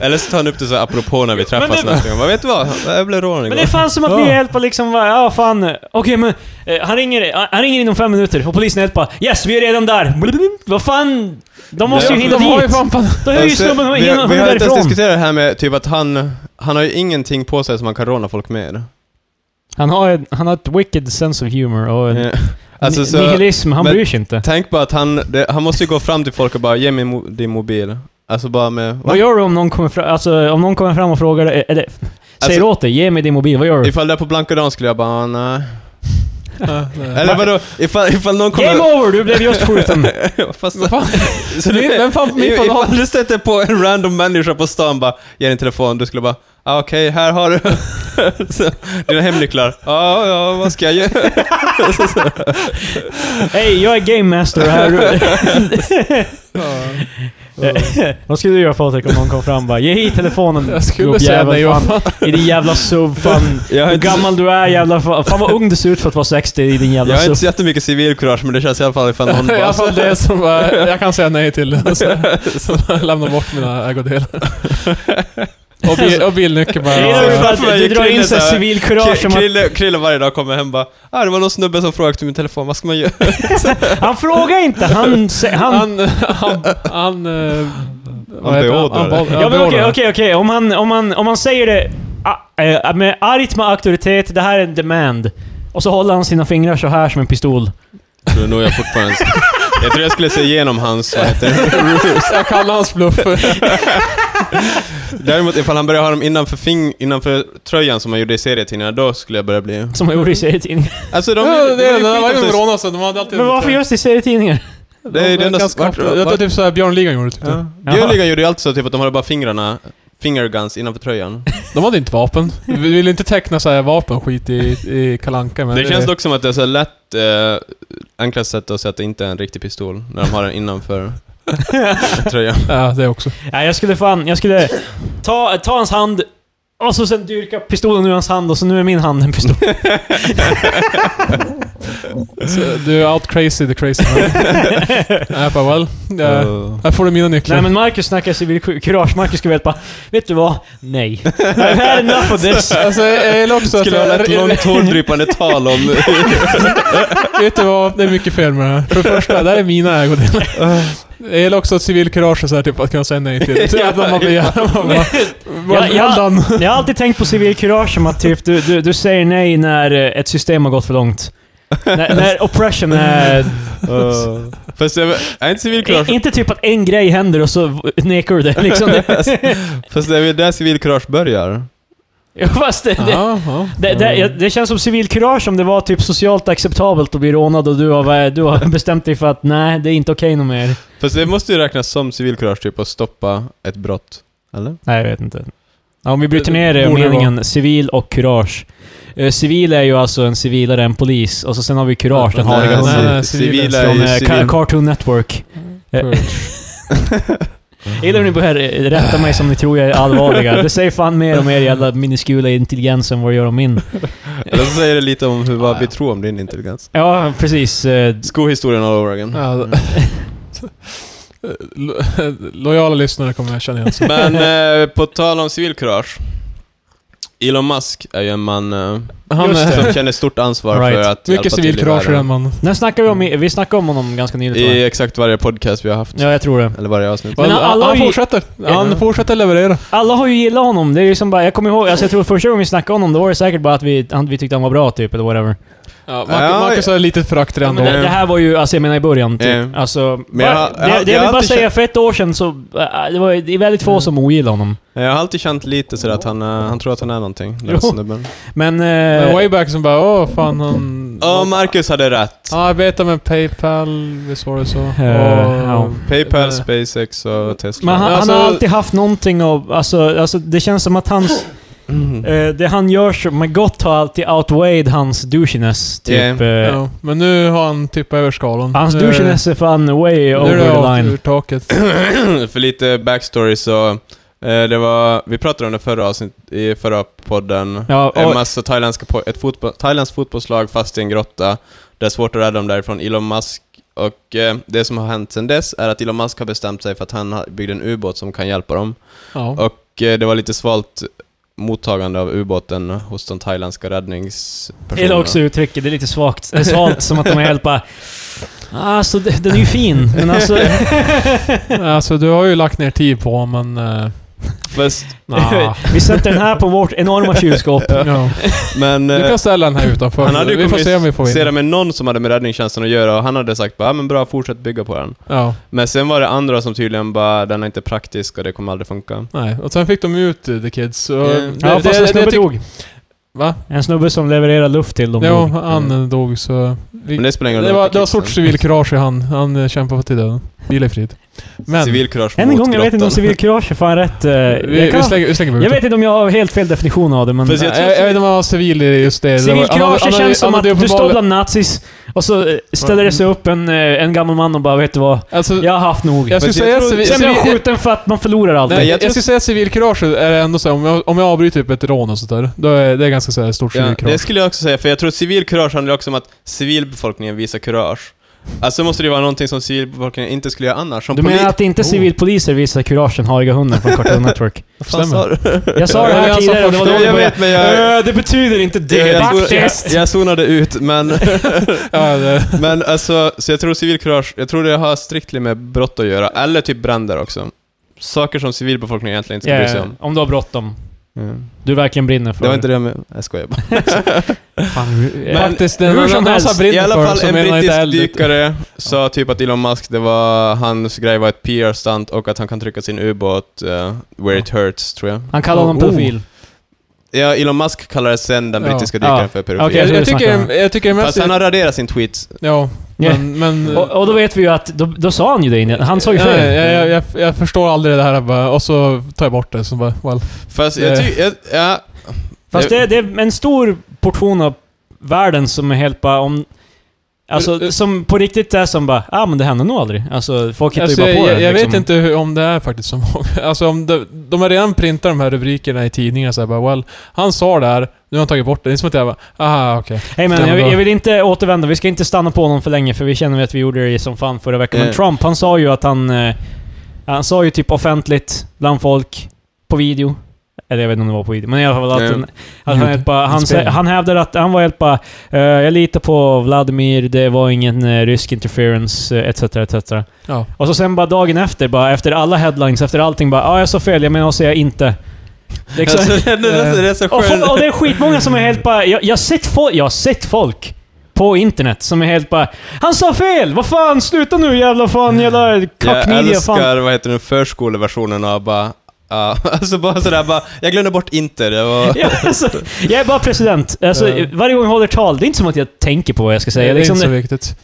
S1: Eller så tar han upp det så här apropå när vi träffas
S3: Men det-
S1: nästa gång. Vad vet du vad? Jag blev rånad
S3: Men
S1: igår.
S3: det är fan som att ni
S2: Ja.
S3: hjälper liksom, va, ja fan. eh, Okej men, eh, han, ringer, han- han ringer inom fem minuter och polisen hjälper bara, 'Yes, vi är redan där!' Blablabla. Vad fan? De måste ju
S1: Ja,
S3: hinna
S2: de har ju
S3: dit.
S2: fan pan-
S3: Då är ju
S1: Alltså,
S3: snubben
S1: vi, vi har
S3: hinna
S1: inte ens
S3: därifrån.
S1: diskuterat det här med typ att han... Han har ju ingenting på sig som man kan råna folk med.
S3: Han har, en- han har ett wicked sense of humor och en
S1: Eh, Alltså
S3: ni-
S1: så...
S3: nihilism, han
S1: men-
S3: bryr sig inte.
S1: Tänk bara att han... Det, han måste ju gå fram till folk och bara ge mig mo- din mobil. Alltså bara med...
S3: Vad gör du om någon kommer fram, alltså, om någon kommer fram och frågar dig, eh, eller
S1: Alltså,
S3: säger åt dig 'Ge mig din mobil' vad gör du?
S1: Ifall det är på blanka dagen skulle jag bara, ah, nej.
S2: Nej, nej.
S1: Eller vadå, ifall, ifall någon kommer...
S3: Game over! Du blev just skjuten.
S1: Fast,
S2: Vad fan?
S1: så
S2: Min-
S1: du,
S2: Vem fan min fan har...
S1: ifall du stöter på en random människa på stan bara, ge din telefon, du skulle bara, ah, okej, här har du så, dina hemnycklar. Ja, ah, ja, vad ska jag göra?
S3: Hej, jag är game master här. Vad skulle du göra Patrik om någon kom fram och bara ge hit telefonen
S2: Jag skulle säga
S3: gubbjävel
S2: nej vad
S3: fan.
S2: fan.
S3: I din jävla SUV fan.
S1: Jag har
S3: Hur
S1: inte,
S3: gammal du är jävla fan. Fan vad ung du ser ut för att vara 60 i din
S1: jag
S2: alltså-
S3: jävla
S1: har
S3: SUV.
S1: inte så jättemycket civilkurage, men det känns i alla fall ifall någon
S2: I alla
S1: bara...
S2: fall det som eh, jag kan säga nej till. Så, så lämna bort mina ägodelar. Och, bi- och bilnyckeln
S3: Det är
S1: Jag
S3: ju
S1: ser
S2: bara.
S3: bara att
S1: framför mig
S3: Du drar
S1: Krille
S3: in sig
S1: så här.
S3: civilkurage som att...
S1: Krille, Krille varje dag kommer hem bara, ah, det var någon snubbe som frågade till min telefon, vad ska man göra?
S3: Han frågar inte, han... sä- han
S2: Han... Han... Han... eh, vad
S1: Han
S2: heter
S1: beordrar
S2: Han, han,
S1: det.
S2: han
S3: ja men okej,
S2: beordrar.
S3: okej, okej. Om han, om han, om han säger det ah, eh, med argt med auktoritet, det här är en demand. Och så håller han sina fingrar så här som en pistol.
S1: Jag tror nog jag fortfarande... Jag tror jag skulle se igenom hans, vad heter det?
S2: Jag kallar hans bluff.
S1: Däremot ifall han börjar ha dem innanför, fing, innanör tröjan som han gjorde i serietidningarna, då skulle jag börja bli...
S3: Som han gjorde i serietidningar.
S1: Alltså de...
S2: Ja, det
S1: de-
S2: är
S1: de-
S2: den. Varje gång
S1: de-
S2: de rånade så, de hade alltid...
S3: Men varför just i serietidningar?
S1: Det är det enda-
S2: ganska
S1: vart-
S2: ofta. Det var
S1: vart-
S2: typ såhär Björnligan gjorde typ.
S1: Ja.
S3: Jaha.
S1: Björnligan gjorde ju alltid så typ att de hade bara fingrarna, finger guns innanför tröjan.
S2: De hade inte vapen. Vi ville inte teckna såhär vapen och skit i, i Kalanka men...
S1: det känns dock som att det är så lätt, eh, enklast sätt att säga att det inte är en riktig pistol, när de har den innanför tröjan.
S2: Ja, det också.
S3: Nej, jag skulle fan... Jag skulle ta, ta hans hand och så sen dyrka pistolen ur hans hand och så nu är min hand en pistol.
S2: Så Du är out crazy the crazy man. Nej, jag bara well. Ja,
S1: Uh,
S2: Här får du mina nycklar.
S3: Nej men Marcus snackar civilkurage. Kurage. Marcus skulle veta bara, vet du vad? Nej. I've had enough of this.
S2: Alltså,
S1: eh,
S2: jag gillar också att...
S1: Skulle hålla ett långt hårdrypande tal om...
S2: Vet du vad? Det är mycket fel med det här. För det första, det här är mina ägodelar.
S1: Ah.
S2: Jag gillar också att civilkurage är så här, typ att kunna säga nej till... till att man blir... Man bara,
S3: Ja,
S2: well,
S3: ja.
S2: well done.
S3: Jag har alltid tänkt på civilkurage som att typ du, du, du säger nej när eh, ett system har gått för långt. när, när oppression är...
S1: Uh, fast jag är inte civilkurage
S3: I- Inte typ att en grej händer och så v- nekar du det liksom. Det-
S1: Fast det är väl där civilkurage börjar?
S3: Ja, Fast det, det,
S2: Ja, ja. Mm.
S3: det, det, jag- det känns som civilkurage om det var typ socialt acceptabelt att bli rånad och du har, eh, du har bestämt dig för att nej, det är inte okej okay mer.
S1: Fast det måste ju räknas som civilkurage typ att stoppa ett brott. Eller?
S3: Nej, jag vet inte. Ja, om vi bryter ner det,
S2: Borde
S3: meningen civil och kurage. Eh, civil är ju alltså en civilare än polis, och så sen har vi kurage, den
S2: Nej,
S3: hariga
S2: nej,
S3: hunden.
S2: nej,
S1: civil alltså, är
S3: Från
S1: ju
S3: eh, Ca-
S1: civil. Mm.
S3: Cartoon Network. Jag gillar hur ni börjar eh, rätta mig som ni tror jag är allvarliga. Det säger fan mer om er jävla miniskula intelligens än vad det gör om min.
S1: Eller så säger det lite om hur,
S2: Ja,
S1: vad vi
S2: ja.
S1: tror om din intelligens.
S3: Ja, precis. eh,
S1: Skohistorien all over again.
S2: Ja. Mm. Lo- Lojala lyssnare kommer jag känna igen sig.
S1: Men eh, på tal om civilkurage. Elon Musk är ju en man eh,
S2: Han
S3: Just
S2: är
S1: som känner stort ansvar
S3: Right.
S1: för att
S2: mycket
S1: hjälpa till i
S2: civilkurage i den
S1: världen.
S2: man.
S3: När snackar vi om... i- Vi snackade om honom ganska nyligen tror
S1: I
S3: jag.
S1: exakt varje podcast vi har haft.
S3: Ja, jag tror det.
S1: Eller varje avsnitt.
S3: Men
S2: Men
S3: alla
S2: han,
S3: har
S2: han
S3: ju-
S2: fortsätter. Han
S3: Ja.
S2: fortsätter leverera.
S3: Alla har ju gillat honom. Det är ju som bara... Jag kommer ihåg... Alltså jag tror första gången vi snackade om honom, då var det säkert bara att vi, han, vi tyckte han var bra typ, eller whatever.
S2: Ja, Marcus,
S1: Ja,
S2: Marcus har lite förakt
S3: Ja,
S2: redan
S3: men
S2: då.
S3: det, det här var ju... Alltså jag menar i början typ.
S1: Mm.
S3: Alltså...
S1: Men jag- jag- jag
S3: bara- det, det jag vill
S1: har
S3: bara
S1: alltid
S3: säga, för ett år sedan så... eh, Det var det är väldigt få
S2: Mm.
S3: som ogillade honom.
S1: Jag har alltid känt lite sådär att han, eh, han tror att han är någonting. den
S3: Jo.
S1: snubben.
S3: Men... eh,
S2: Men way back som bara åh fan han...
S1: Åh, Marcus hade rätt.
S2: Han arbetar med Paypal, visst var det så? Och,
S3: ja.
S1: Paypal,
S2: Eh,
S1: SpaceX och Tesla.
S3: Men han,
S2: Alltså-
S3: han har alltid haft någonting av, alltså, alltså det känns som att hans,
S1: Mm.
S3: eh, det han gör som- med gott har alltid outweighed hans douchiness. Typ.
S1: Yeah.
S3: eh,
S2: ja. Men nu har han tippat över skalan.
S3: Hans
S2: Nu är det-
S3: douchiness är fan way
S2: Nu är
S3: over
S2: det
S3: the
S2: rakt
S3: line.
S2: ur taket.
S1: För lite backstory så, eh, det var, vi pratade om det förra avsnitt, i förra podden.
S3: Ja,
S1: En
S3: och,
S1: massa thailändska, po- ett fotboll, thailändskt fotbollslag fast i en grotta. Det är svårt att rädda dem därifrån, Elon Musk. Och eh, det som har hänt sedan dess är att Elon Musk har bestämt sig för att han har- byggde en ubåt som kan hjälpa dem.
S2: Ja.
S1: Och eh, det var lite svalt mottagande av ubåten hos de thailändska
S3: det är
S1: räddningspersonerna.
S3: också uttrycket, det är lite svagt, eh, svalt som att de är helt bara... Alltså det- den är ju fin, men alltså...
S2: alltså du har ju lagt ner tid på men... eh,
S1: Fast,
S2: nja.
S3: Vi sätter den här på vårt enorma kylskåp.
S2: ja.
S1: men...
S2: Du
S1: eh,
S2: kan ställa den här utanför.
S1: Han hade ju
S2: vi får se om vi får
S1: kommunicerat
S2: in.
S1: med någon som hade med räddningstjänsten att göra och han hade sagt bara, ja men bra, fortsätt bygga på den.
S2: Ja,
S1: Men sen var det andra som tydligen bara, den är inte praktisk och det kommer aldrig funka.
S2: nej. Och sen fick de ut eh, The Kids. Så
S1: Mm.
S3: Ja, fast en snubbe
S2: tyck-
S3: dog.
S2: Va?
S3: En snubbe som levererar luft till dem
S2: Ja,
S3: dog.
S2: han eh, dog så... Vi,
S1: Men
S2: det,
S1: det spelar ingen roll.
S2: var,
S1: inte
S2: det var
S1: kidsen.
S2: sorts civilkurage i han. Han eh, kämpade till döden. Vila i frid. Men...
S1: Civilkurage
S3: Än en
S1: mot
S3: gång, jag vet inte om
S1: grottan.
S3: civilkurage är fan rätt... eh,
S2: vi,
S3: jag,
S2: vi,
S3: kan,
S2: slänger, vi slänger bort
S3: jag
S2: det.
S3: vet inte om jag har helt fel definition av det, men...
S1: Fast jag
S2: Jag,
S1: tror
S2: jag,
S1: civil-
S2: vet inte om han var civil i just det.
S3: Civilkurage det känns som att du står
S2: bland...
S3: bland nazis och så eh, ställer det sig upp en, eh, en gammal man och bara vet du vad?
S2: Alltså,
S3: Jag har haft nog.
S2: jag skulle
S1: jag
S2: säga
S1: tror-
S2: civil...
S3: Sen blir jag
S2: civil
S3: skjuten för att man förlorar allt.
S2: Nej,
S1: Nej, jag
S2: jag,
S1: tror-
S2: jag skulle säga civilkurage är ändå så här, om jag, om jag avbryter typ ett rån och sådär, då är det är ganska så här stort
S1: Ja, det
S2: civilkurage.
S1: skulle jag också säga, för jag tror att civilkurage handlar också om att civilbefolkningen visar kurage. Alltså måste det vara någonting som civilbefolkningen inte skulle göra annars. Som
S3: Du menar
S1: polit-
S3: att inte
S2: Oh.
S3: civilpoliser visar kuragen hariga hunden från Cartoon Network?
S1: Vad fan sa du?
S3: Jag sa det
S2: Ja,
S3: här
S2: jag sa
S3: tidigare och det var
S2: först-
S1: Jo,
S3: då du
S1: jag
S3: började...
S1: vet, men jag...
S3: "Eh, Det betyder inte
S1: Jag,
S3: det
S1: jag,
S3: faktiskt!
S1: jag zonade ut, men...
S2: Ja, det,
S1: Men alltså, så jag tror civilkurage, jag tror det har strikt med brott att göra, eller typ bränder också. Saker som civilbefolkningen egentligen inte ska bry sig
S3: Ja,
S1: om.
S3: Om du har bråttom. Du verkligen brinner för
S1: Det var inte det med... Jag skojar bara.
S3: Fan, eh,
S1: Men-
S2: faktiskt, den,
S3: hur
S2: hur
S3: som
S2: som
S3: helst,
S2: helst.
S1: I alla fall en brittisk dykare sa typ att Elon Musk, det var hans grej var ett PR-stunt och att han kan trycka sin ubåt eh, where it hurts, tror jag.
S3: Han kallar honom
S2: Oh.
S3: pedofil.
S1: Ja, Elon Musk kallade sen den
S2: Ja.
S1: brittiska
S3: Ja.
S1: dykaren för pedofil.
S3: Okej,
S2: Jag,
S3: så vi
S2: jag,
S3: snackar om
S2: tycker, jag tycker det
S1: Fast
S2: mest...
S1: han har raderat sin tweet.
S2: Ja,
S3: Ja.
S2: men... men
S3: Och, och då vet vi ju att, då, då sa han ju det innan. Han sa ju
S2: Nej,
S3: fel.
S2: jag, jag, jag, jag förstår aldrig det här bara, och så tar jag bort det, så bara, well.
S1: Fast jag
S2: Eh.
S1: tycker... Ja,
S3: Fast det, det är en stor portion av världen som är helt bara om...
S2: Ur- ur-
S3: Alltså, som på riktigt är som bara, ah men det händer nog aldrig. Alltså, folk hittar
S2: Alltså,
S3: ju
S2: jag,
S3: bara på
S2: jag,
S3: det.
S2: jag
S3: liksom.
S2: vet inte hur, om det är faktiskt så många. Alltså, om det, de har redan printat de här rubrikerna i tidningar så här, bara well, han sa det här, nu har han tagit bort det. Det är som att jag bara, aha okej.
S3: Hey, men,
S2: Ja,
S3: jag,
S2: men då-
S3: jag vill inte återvända, vi ska inte stanna på honom för länge för vi känner att vi gjorde det som fan förra veckan.
S1: Eh.
S3: Men Trump, han sa ju att han... eh, Han sa ju typ offentligt, bland folk, på video. Eller jag vet inte om det var på video, men i alla fall att,
S1: Eh.
S3: han- att han,
S2: Mm.
S3: helt bara, han,
S2: Inspelning.
S3: sä- han hävdade att han var helt bara eh, Jag litar på Vladimir, det var ingen eh, rysk interference, eh, etc. etc.
S2: Ja.
S3: Och så sen bara dagen efter, bara efter alla headlines, efter allting bara ah, jag sa fel, jag menar att säga inte. Liksom.
S1: Alltså, det, är- det är så
S3: Och,
S1: skönt.
S3: folk, och det är skitmånga som är helt bara... Jag, jag, har sett folk, jag har sett folk på internet som är helt bara Han sa fel! Vad fan, sluta nu jävla fan jävla
S1: Jag
S3: kackmedia fan.
S1: älskar, vad heter den, förskoleversionen av bara... ja, alltså bara sådär bara, jag glömde bort inte, det var...
S3: Ja, alltså, jag är bara president. Alltså,
S2: Ja.
S3: Varje gång jag håller tal, det är inte som att jag tänker på vad jag ska
S2: det
S3: säga.
S2: är
S3: Liksom,
S2: inte så
S3: det,
S2: viktigt.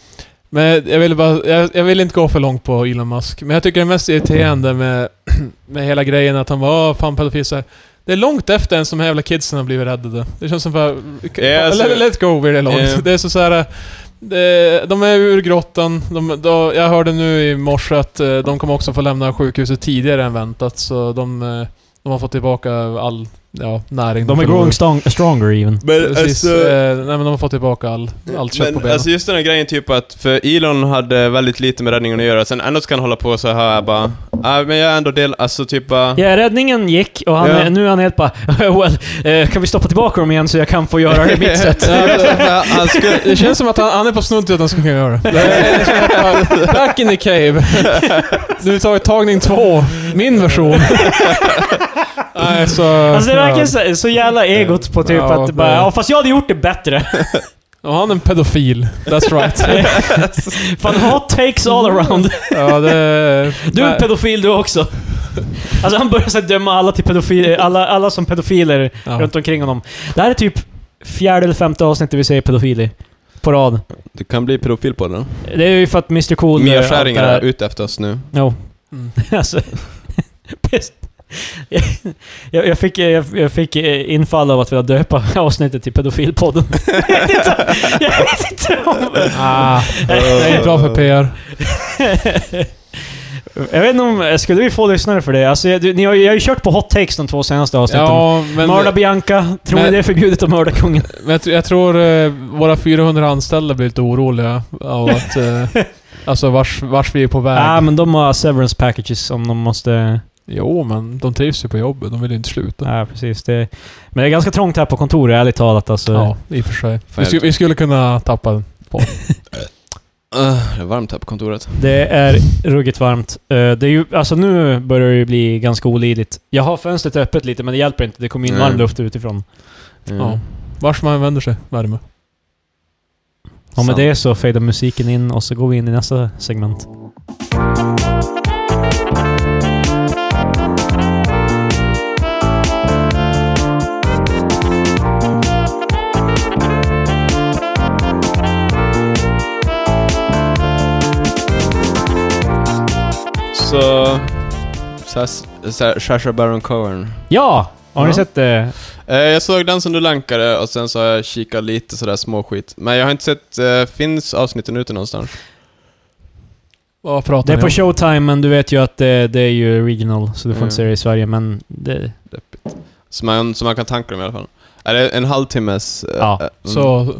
S2: Men jag vill, bara, jag, jag vill inte gå för långt på Elon Musk, men jag tycker det mest irriterande med, med hela grejen att han var fan pedofil så här. Det är långt efter ens de här jävla kidsen har blivit räddade. Det känns som bara...
S1: Ja, alltså-
S2: let, let go over det långt.
S1: Ja.
S2: Det är så, så här... eh, det- De är ur grottan. De, då, jag hörde nu i morse att eh, de kommer också få lämna sjukhuset tidigare än väntat, så de, eh, de har fått tillbaka all ja, näring.
S3: de är
S2: förlorade.
S3: growing stong- stronger even.
S1: Men
S2: Precis.
S1: alltså...
S2: eh, nej, men de har fått tillbaka all, allt kött på
S1: Men
S2: benen.
S1: alltså just den här grejen typ att, för Elon hade väldigt lite med räddningen att göra, sen ändå ska han hålla på så här bara, ah, men jag är ändå del, alltså typ bara...
S3: Ja, räddningen gick och han
S1: Ja.
S3: är, nu är han helt bara well, eh, kan vi stoppa tillbaka dem igen så jag kan få göra det mitt sätt?
S1: Ja, han skulle,
S2: Det känns som att han, han är på snudd till att han ska kunna göra det. det. är- det känns som att, Back in the cave. Nu tar vi tagning två. Min version. Nej, så...
S3: Alltså det verkar så, så jävla egot på typ
S2: Ja,
S3: att bara,
S2: det-
S3: ja fast jag hade gjort det bättre.
S2: Ja, han är en pedofil. That's right.
S3: Fan, hot takes all around.
S2: Ja, det...
S3: Du är en pedofil du också. Alltså han börjar så här döma alla, till pedofiler, alla, alla som pedofiler
S2: Ja.
S3: runt omkring honom. Det här är typ fjärde eller femte avsnittet vi säger pedofiler. På rad.
S1: Du kan bli profil på den.
S3: Det är ju för att Mr Cool...
S1: Mia
S3: eh, allt
S1: Skäringer
S3: det här-
S1: är ute efter oss nu.
S3: Jo.
S2: Mm.
S3: Alltså... pest. jag, jag, fick, jag, jag fick eh, infall av att vilja döpa avsnittet till pedofilpodden. jag, vet inte, jag vet inte om...
S2: Ah, det är inte bra för PR.
S3: jag vet inte om... Skulle vi få lyssnare för det? Alltså, jag, du- ni har, ju- jag har ju kört på hot takes de två senaste avsnitten.
S2: Ja, men,
S3: Mörda Bianca. Tror ni
S2: Men-
S3: det är förbjudet att mörda kungen?
S2: men jag, tr- jag tror eh, våra 400 anställda blir lite oroliga av att... Eh, alltså vars, vars vi är på väg.
S3: ah, men de har severance packages som de måste...
S2: Jo, men de trivs ju på jobbet. De vill ju inte sluta.
S3: Ja, precis. Det, men det är ganska trångt här på kontoret, ärligt talat. Alltså.
S2: Ja, i och för sig. Vi,
S1: jag
S2: sku, vi skulle kunna tappa den.
S1: Ah, det är varmt här på kontoret.
S3: Det är ruggigt varmt. Eh, det är ju, alltså nu börjar det ju bli ganska olidligt. Jag har fönstret öppet lite, men det hjälper inte. Det kommer in varm
S1: Nej.
S3: luft utifrån.
S1: Mm.
S2: Ja. Vars man vänder sig, värme.
S3: Och med
S1: Sant.
S3: det så fejdar musiken in och så går vi in i nästa segment.
S1: Så... Sas- Sa- Sasha Baron Cohen.
S3: Ja! Har ni
S1: Ja.
S3: sett det?
S1: Eh, jag såg den som du lankade och sen så har jag kikat lite sådär småskit. Men jag har inte sett, eh, finns avsnitten ute någonstans?
S2: Vad pratar
S3: Det är
S2: ni
S3: på
S2: om?
S3: Showtime, men du vet ju att det, det är ju regional, så du får
S1: Mm.
S3: inte se det i Sverige. Men det,
S1: Så man, så man kan tanka dem i alla fall. Är det en halvtimmes... eh,
S3: Ja,
S1: eh,
S2: Så,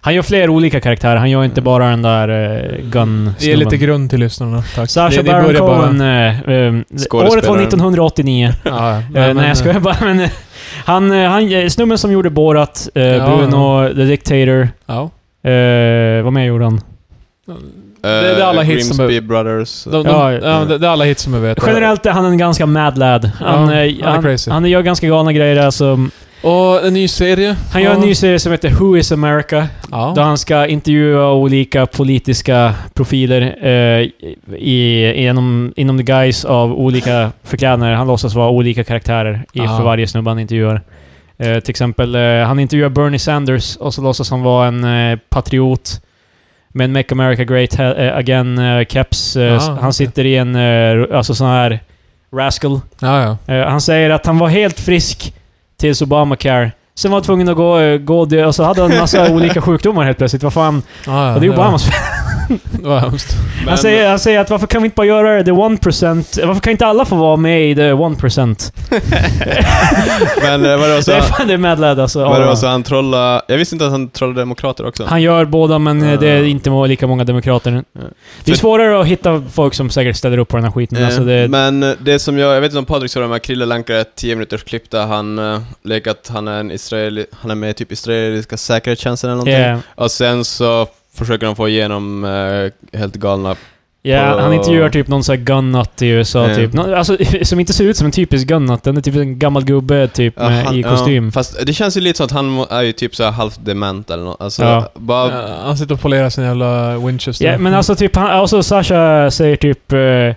S3: han gör fler olika karaktärer. Han gör inte bara den där uh, gun
S2: ge Mm. lite grund till lyssnarna. Tack.
S3: Sasha
S2: Ni- ni
S3: Baron
S2: börjar bara-
S3: Cohen. eh, eh, året var
S1: Skådespelaren.
S3: 1989.
S2: Ja, ja.
S3: Eh, nej, jag skojar bara. Men, eh, han, eh, han, eh, snubben som gjorde Borat, eh,
S2: Ja,
S3: Bruno, The Dictator.
S2: Ja.
S3: eh, vad mer gjorde han?
S2: det är alla hits som är-
S1: eh, Grimsby Brothers.
S2: De, de,
S3: Ja,
S2: ja, det, det är alla hits som jag vet.
S3: Generellt är han en ganska mad lad. Han,
S2: Ja, han
S3: eh,
S2: är
S3: han,
S2: crazy.
S3: han gör ganska galna grejer. Alltså,
S2: Och en ny serie.
S3: han gör en
S2: Ja.
S3: ny serie som heter Who is America? Då
S2: Ja.
S3: han ska intervjua olika politiska profiler eh, i, inom, inom the guise av olika förklädnader. Han låtsas vara olika karaktärer i,
S2: Ah.
S3: för varje snubbe han intervjuar. Eh, till exempel, eh, han intervjuar Bernie Sanders och så låtsas han vara en eh, patriot med en Make America Great ha- eh, Again eh, keps. Eh,
S2: Ah,
S3: s-
S2: okej.
S3: han sitter i en, eh, alltså sån här rascal.
S2: Ja, ja.
S3: Eh, han säger att han var helt frisk tills Obamacare Sen var jag tvungen att gå, eh, gå det, och så hade han en massa olika sjukdomar helt plötsligt. Vad fan?
S2: Ah, ja,
S3: Och det är
S2: ja.
S3: Obamas
S2: Det var hemskt.
S1: Men,
S3: han, säger, han säger att varför kan vi inte bara göra the 1%? Eh, Varför kan inte alla få vara med i the 1%?
S1: men eh, vad det var så,
S3: det är fan det är mad lad alltså.
S1: vad det
S3: Ja.
S1: var så han trollade... Jag visste inte att han trollade demokrater också.
S3: Han gör båda, men eh, det är inte må- lika många demokrater. Det är
S1: För-
S3: svårare att hitta folk som säkert ställer upp på den här skiten.
S1: Eh,
S3: Alltså det,
S1: Men det som jag, jag vet inte om Patrik såg de här Krille Lankare 10 minuters klipp där han uh, lekat, han är en israeli, han är med i typ israeliska säkerhetstjänsten eller någonting.
S3: yeah.
S1: Och sen så försöker de få igenom eh, helt galna...
S3: Yeah,
S1: på-
S3: han intervjuar typ någon sån här gunnut i USA,
S1: Eh.
S3: typ. Nå- alltså, som inte ser ut som en typisk gunnut. Den är typ en gammal gubbe, typ,
S1: Ja,
S3: med,
S1: han-
S3: i kostym.
S1: Ja, fast det känns ju lite som att han må- är ju typ så här halvt dement eller något. Alltså,
S3: Ja.
S1: bara...
S2: Ja, han sitter och polerar sin jävla Winchester.
S3: Ja, men alltså typ, han, alltså Sasha säger typ... Eh,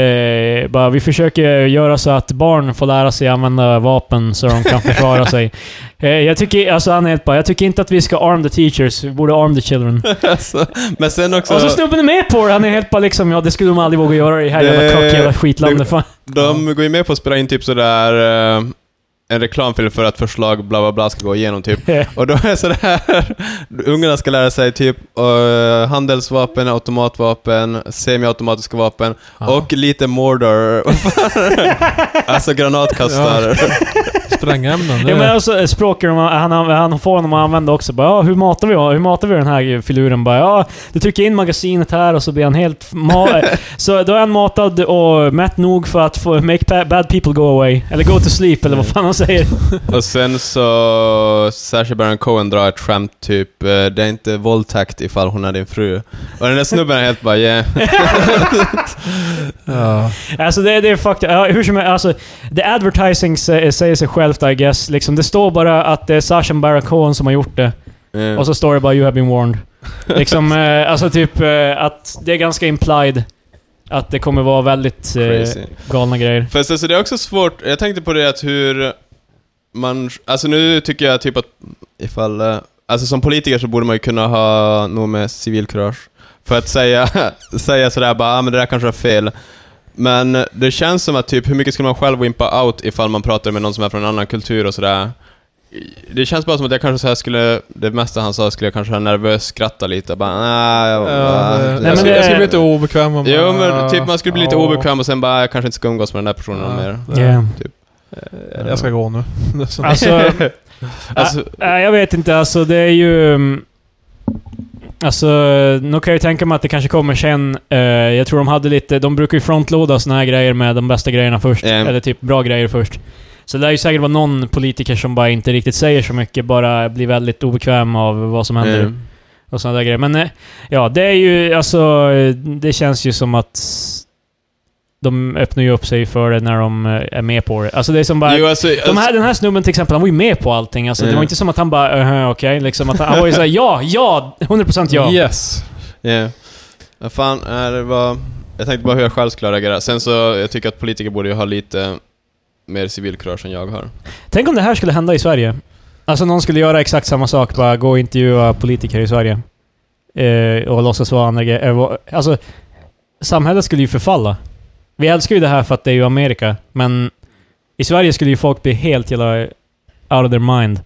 S3: eh, bara, vi försöker göra så att barn får lära sig använda vapen så de kan försvara sig. Eh, jag tycker, alltså han är helt bara, jag tycker inte att vi ska arm the teachers, vi borde arm the children.
S1: alltså, men sen också...
S3: Och så snubben är med på det, han är helt bara liksom, ja det skulle de aldrig våga göra i det här
S1: Det-
S3: jävla kock, jävla skitlandet. Fan.
S1: De går ju med på att spela in typ sådär eh, en reklamfilm för att förslag bla bla bla ska gå igenom typ.
S3: Ja.
S1: Och då är det sådär, ungarna ska lära sig typ eh, handelsvapen, automatvapen, semiautomatiska vapen
S2: Ja.
S1: och lite mordor. alltså granatkastare.
S2: Sprängämnen. det-
S3: Ja, men alltså språket, de- han, han, han får honom att använda också. Bara, ja, hur matar vi hur matar vi den här filuren? Bara, ja, du trycker in magasinet här och så blir han helt... Ma- eh, så då är han matad och mätt nog för att få make pa- bad people go away. Eller go to sleep, eller vad fan han säger.
S1: Och sen så, Sacha Baron Cohen drar ett skämt typ, eh, det är inte våldtäkt ifall hon är din fru. Och den där snubben är helt bara yeah.
S2: Ja.
S3: Alltså det, det är fucked. Ja, hur som helst, alltså, the advertising sä- säger sig självt I guess. Liksom, det står bara att det är Sacha Baron Cohen som har gjort det.
S1: Eh,
S3: Och så står det bara 'You have been warned'. Liksom, eh, alltså typ eh, att det är ganska implied. Att det kommer vara väldigt eh,
S1: crazy.
S3: galna grejer.
S1: Fast alltså det är också svårt, jag tänkte på det att hur man, alltså nu tycker jag typ att ifall, eh, alltså som politiker så borde man ju kunna ha nog med civilkurage. För att säga, säga sådär bara, ah, men det där kanske är fel. Men det känns som att typ, hur mycket skulle man själv wimpa out ifall man pratar med någon som är från en annan kultur och sådär. Det känns bara som att jag kanske så här skulle, det mesta han sa skulle jag kanske nervöst skratta lite, bara nah, jag,
S2: Ja, det-
S1: jag,
S3: men
S2: jag, skulle-
S3: det-
S2: jag skulle bli lite obekväm om
S1: Jo
S2: jag-
S1: men typ man skulle bli lite
S2: Ja.
S1: obekväm och sen bara, "Ah, jag kanske inte ska umgås med den där personen
S2: Ja.
S1: mer.
S2: Ja. Eh, Jag ska gå nu.
S3: Alltså, äh,
S1: Alltså,
S3: äh, jag vet inte. Alltså det är ju... mm, Alltså, nu kan jag ju tänka mig att det kanske kommer sen. Eh, jag tror de hade lite... De brukar ju frontlåda såna här grejer med de bästa grejerna först.
S1: Mm.
S3: Eller typ bra grejer först. Så det är ju säkert vara någon politiker som bara inte riktigt säger så mycket, bara blir väldigt obekväm av vad som händer.
S1: eh,
S3: och sådana där grejer. Men eh, ja, det är ju alltså... eh, Det känns ju som att de öppnar ju upp sig för det när de eh, är med på det. Alltså det är som bara...
S1: jo, alltså,
S3: De här, den här snubben till exempel, han var ju med på allting. Alltså, Det
S1: Mm.
S3: var inte som att han bara uh, okej, liksom. Att han, han var ju såhär ja, ja, 100% ja.
S2: Yes.
S1: yeah. Vad fan, eh, det var... Jag tänkte bara hur jag själv skulle reagera. Sen så, jag tycker att politiker borde ju ha lite mer civilkurage än jag har.
S3: Tänk om det här skulle hända i Sverige. Alltså någon skulle göra exakt samma sak, bara gå och intervjua politiker i Sverige. Eh, och låtsas vara andra grejer. Eh, vad- alltså, samhället skulle ju förfalla. Vi älskar ju det här för att det är ju Amerika, men i Sverige skulle ju folk bli helt jävla out of their mind.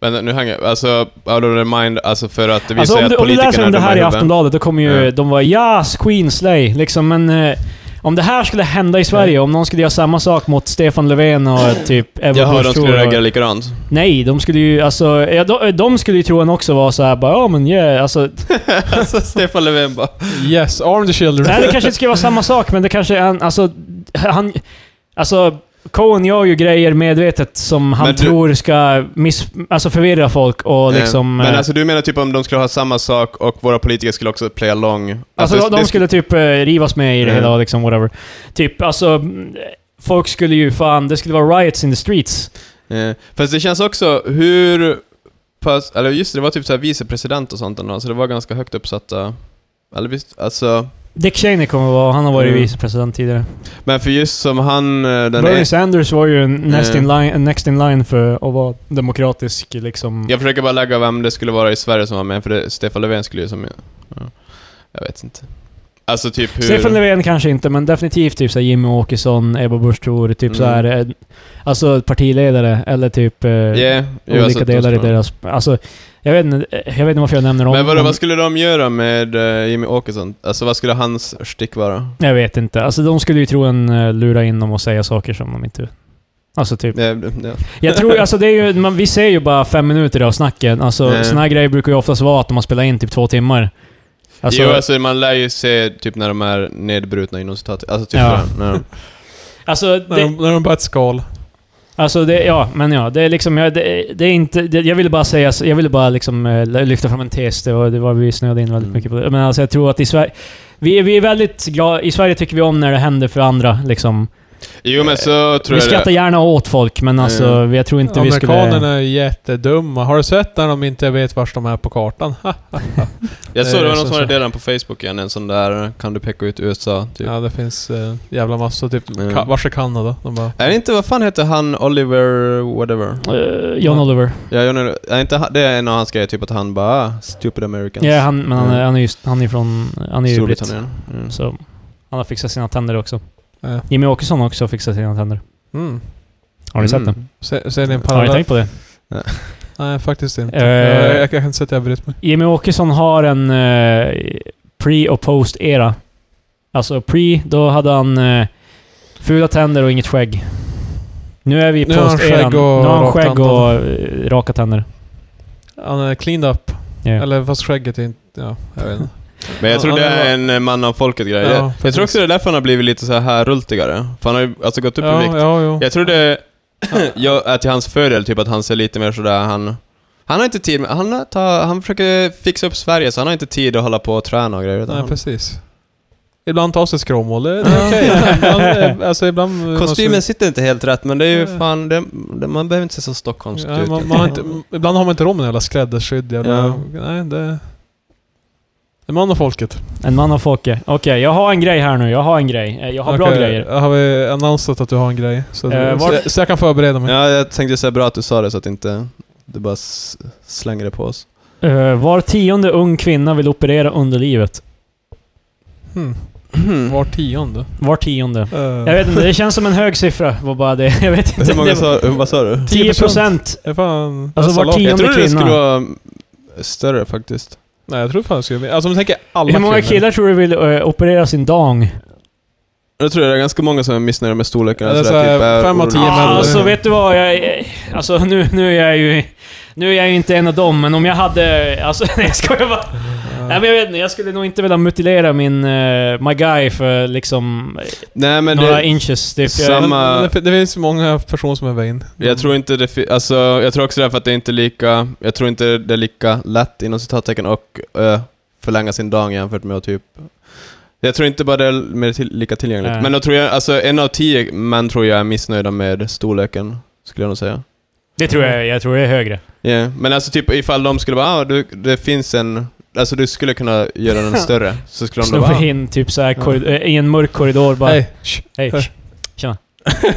S1: Men nu hänger jag... Alltså, out of the mind, alltså för att det visar
S3: Alltså, om,
S1: ju
S3: du,
S1: att
S3: om du
S1: politikerna
S3: läser om det
S1: dumma
S3: här i
S1: huvuden.
S3: Aftonbladet, då kommer ju
S1: Ja.
S3: de vara ja, yes, Queen slay. Liksom, men eh, om det här skulle hända i Sverige, om någon skulle göra samma sak mot Stefan Löfven och typ Ebba
S1: Jaha, de
S3: Busch
S1: skulle
S3: Thor och-
S1: reagera likadant.
S3: Nej, de skulle ju alltså... Ja, de, de skulle ju tro en också vara så här bara ja men yeah, alltså...
S1: alltså, Stefan Löfven bara...
S2: Yes. Arm the children.
S3: Nej, det kanske inte ska vara samma sak, men det kanske är en, alltså... Han... Alltså... Cohen gör ju grejer medvetet som han
S1: Men du-
S3: tror ska miss, alltså förvirra folk och
S1: eh,
S3: liksom...
S1: men
S3: eh,
S1: alltså du menar typ om de skulle ha samma sak och våra politiker skulle också play along?
S3: Alltså, de,
S1: det
S3: de
S1: sk-
S3: skulle typ eh, rivas med i det
S1: Mm.
S3: hela, liksom whatever. Typ, alltså... mm, Folk skulle ju fan... Det skulle vara riots in the streets.
S1: Eh, fast det känns också hur pass, eller just det, det var typ så här vicepresident och sånt ändå, så det var ganska högt uppsatta. Eller visst, alltså.
S3: Dick Cheney kommer vara... Han har varit
S1: Mm.
S3: vicepresident tidigare.
S1: Men för just som han, eh, den
S3: Bernie
S1: är,
S3: Sanders var ju next, in
S1: Mm.
S3: line, next in line för att vara demokratisk, liksom...
S1: jag försöker bara lägga vem det skulle vara i Sverige som var med, för det, Stefan Löfven skulle ju som, ja, jag vet inte. Alltså typ hur...
S3: Stefan Löfven kanske inte, men definitivt typ så här Jimmy Åkesson, Ebba Busch Thor, typ så här, eh, Alltså partiledare, eller typ... eh,
S1: Mm. Yeah, jo,
S3: olika
S1: alltså,
S3: delar i
S1: de-
S3: deras... Alltså, jag vet inte, jag vet inte varför jag nämner dem.
S1: Men vadå, vad skulle de göra med eh, Jimmy Åkesson? Alltså vad skulle hans stick vara?
S3: Jag vet inte. Alltså de skulle ju troligen eh, lura in dem och säga saker som de inte... Alltså typ.
S1: Ja, Eh, ja.
S3: Jag tror, alltså det är ju, man, vi ser ju bara fem minuter av snacken. Alltså
S1: Mm.
S3: såna här grejer brukar ju oftast vara att de har spelat in typ två timmar. Alltså,
S1: jo,
S3: alltså,
S1: alltså man lär ju se typ när de är nedbrutna inom citat. Alltså typ
S3: Ja.
S1: sådär. Ja.
S2: När,
S3: alltså, det,
S2: de, när de bara ett skal.
S3: alltså det, ja, men ja. Det är liksom, jag, det, det är inte, det, jag ville bara säga, jag ville bara liksom eh, lyfta fram en tes. Det var, det var vi snöade in väldigt
S1: Mm.
S3: mycket på det. Men alltså jag tror att i Sverige, vi, är- vi är väldigt glada, i Sverige tycker vi om när det händer för andra liksom.
S1: Jo, men så tror
S3: vi
S1: jag
S3: skrattar
S1: det.
S3: gärna åt folk, men alltså
S1: Mm.
S3: jag tror inte vi skulle...
S2: Amerikanerna är jättedumma. Har du sett när de inte vet vart de är på kartan? Ha, ha, ha.
S1: Jag såg
S2: Eh,
S1: det var någon
S2: så-
S1: som
S2: så.
S1: hade delat den på Facebook igen, en sån där kan du peka ut USA, typ.
S2: ja, det finns eh, jävla massor. Typ,
S1: Mm.
S2: ka- vars är Kanada? De bara...
S1: Är det inte, vad fan heter han, Oliver whatever?
S3: Eh, John
S2: Ja.
S3: Oliver.
S1: Ja, jag undrar, är inte han, det är en av hans grejer, typ att han bara ah, “stupid Americans”.
S3: Ja, han, men han, är-
S1: Mm.
S3: han är ju han är från... Han är ju britt.
S1: Storbritannien. Mm.
S3: Så han har fixat sina tänder också.
S2: Eh.
S3: Jimmy Åkesson har också fixat sina tänder.
S2: Mm.
S3: Har ni sett det?
S1: Mm.
S2: Ser, ser ni en
S3: Har ni
S2: parallell?
S3: tänkt på det?
S2: Nej, faktiskt inte.
S3: Eh.
S2: jag, jag, jag kan inte säga att jag har brytt mig.
S3: Jimmy Åkesson har en eh, pre och post-era. Alltså pre, då hade han eh, fula tänder och inget skägg. Nu är vi i
S2: Nu har han
S3: post-eran.
S2: skägg
S3: Nu
S2: och
S3: har han
S2: rakt
S3: skägg
S2: antal.
S3: och eh, raka tänder.
S2: Han är cleaned up.
S3: Ja.
S2: Eller fast skägget är inte... Ja, jag vet inte.
S1: Men jag tror
S2: Ja,
S1: det
S2: han
S1: är
S2: var-
S1: en eh, man av folket-grej.
S2: Ja,
S1: jag, jag
S2: precis.
S1: tror också det är därför han har blivit lite så här rultigare. För han har ju alltså gått upp i
S2: ja,
S1: vikt.
S2: ja, jo.
S1: Jag tror det jag, är till hans fördel, typ att han ser lite mer sådär, han... Han har inte tid med, han, har ta, han försöker fixa upp Sverige så han har inte tid att hålla på och träna och grejer. utan
S2: Nej,
S1: han-
S2: precis. Ibland tas ett skråmål. Det, det är okej. Ibland är- alltså ibland...
S1: Kostymen sitter inte helt rätt men det är ju
S2: Nej.
S1: fan, det, det, man behöver inte se så stockholmskt
S2: Ja,
S1: ut.
S2: man, man har inte, m- ibland har man inte råd med jävla skräddarsydd jävla...
S1: Ja.
S2: Nej, det... Det är man och folket.
S3: En man av folket. Okej, jag har en grej här nu. Jag har en grej. Eh, Jag har bra
S2: Okej,
S3: grejer.
S2: Har vi annonsat att du har en grej? Så, du,
S3: Eh,
S2: så,
S3: var-
S2: jag, så jag kan förbereda mig.
S1: Ja, jag tänkte säga bra att du sa det så att inte du bara s- slänger det på oss.
S3: Eh, var tionde ung kvinna vill operera underlivet.
S2: Hmm. Var tionde.
S3: Var tionde.
S2: Eh,
S3: Jag vet inte, det känns som en hög siffra. Var bara det. Jag vet inte.
S1: Hur många sa, hur- vad sa du?
S3: 10 procent.
S2: det är fan...
S3: Alltså, var
S2: salat.
S3: tio-
S1: Jag
S3: Tionde
S1: trodde det skulle
S3: kvinna.
S1: vara större faktiskt.
S2: Nej, jag tror fan det skulle bli... Alltså om du tänker alla
S3: Hur många
S2: kvinnor.
S3: killar tror du vill eh, operera sin dong?
S1: Jag tror det är ganska många som är missnöjda med storleken.
S2: Ja, det är
S1: alltså,
S2: så
S1: det
S2: här,
S1: typ är
S2: fem av tio
S1: oroliga.
S2: män.
S3: Ah, alltså vet du vad? Jag, eh, alltså nu, nu är jag ju... Nu är jag ju inte en av dem, men om jag hade... Alltså nej, jag skojar bara.
S2: Eh,
S3: Nej men jag vet inte, jag skulle nog inte vilja mutilera min... Uh, my guy för liksom... eh,
S1: Nej men
S3: några
S1: det,
S3: inches. Typ.
S1: Sam- samma-
S2: Det, det finns många personer som är vain.
S1: eh, jag tror inte det fi- alltså, jag tror också det är för att det är inte lika, jag tror inte det är lika lätt inom citattecken och eh, förlänga sin dag jämfört med att typ jag tror inte bara det är mer till, lika tillgängligt.
S3: Nej.
S1: Men då tror jag, alltså en av tio män tror jag är missnöjda med storleken, skulle jag nog säga.
S3: det tror jag, jag tror det är högre.
S1: Ja, Men alltså typ ifall de skulle bara, ah, du, det finns en, alltså du skulle kunna göra den större, så skulle de då
S3: Snubbe
S1: bara, ah,
S3: in typ såhär
S1: Ja.
S3: korrid- eh, i en mörk korridor bara...
S2: Hej! shh.
S3: Hej. Tjena.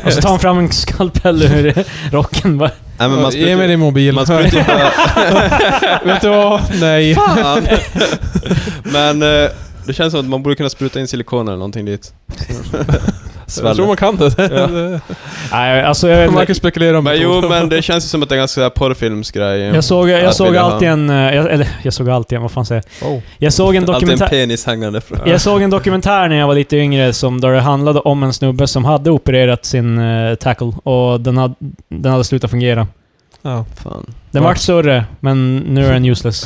S3: Och så tar han fram en skalpell ur rocken bara.
S1: nej men man
S2: Ge mig
S1: sprutar
S2: din mobil.
S1: man sprutar ju bara
S2: vet du vad? Nej.
S1: Fan! Men eh, det känns som att man borde kunna spruta in silikon eller någonting dit.
S2: Jag tror
S1: Sväller.
S2: man kan det.
S1: Ja.
S3: Nej, alltså jag vet
S2: Man
S3: inte.
S2: kan spekulera om
S1: Men
S2: det.
S1: jo, men det känns ju som att det är en ganska porrfilmsgrej.
S3: Jag såg, jag
S1: Att
S3: såg
S1: vilja
S3: alltid
S1: ha.
S3: en... eh, Jag, eller jag såg alltid en, vad fan säger jag?
S2: Oh.
S3: Jag såg en
S1: Alltid en
S3: dokumentär...
S1: penis hängande från...
S3: Jag såg en dokumentär när jag var lite yngre som där det handlade om en snubbe som hade opererat sin eh, tackle och den hade, den hade slutat fungera.
S2: Ja.
S1: Fan.
S3: Den
S2: Ja.
S3: vart större, men nu är den useless.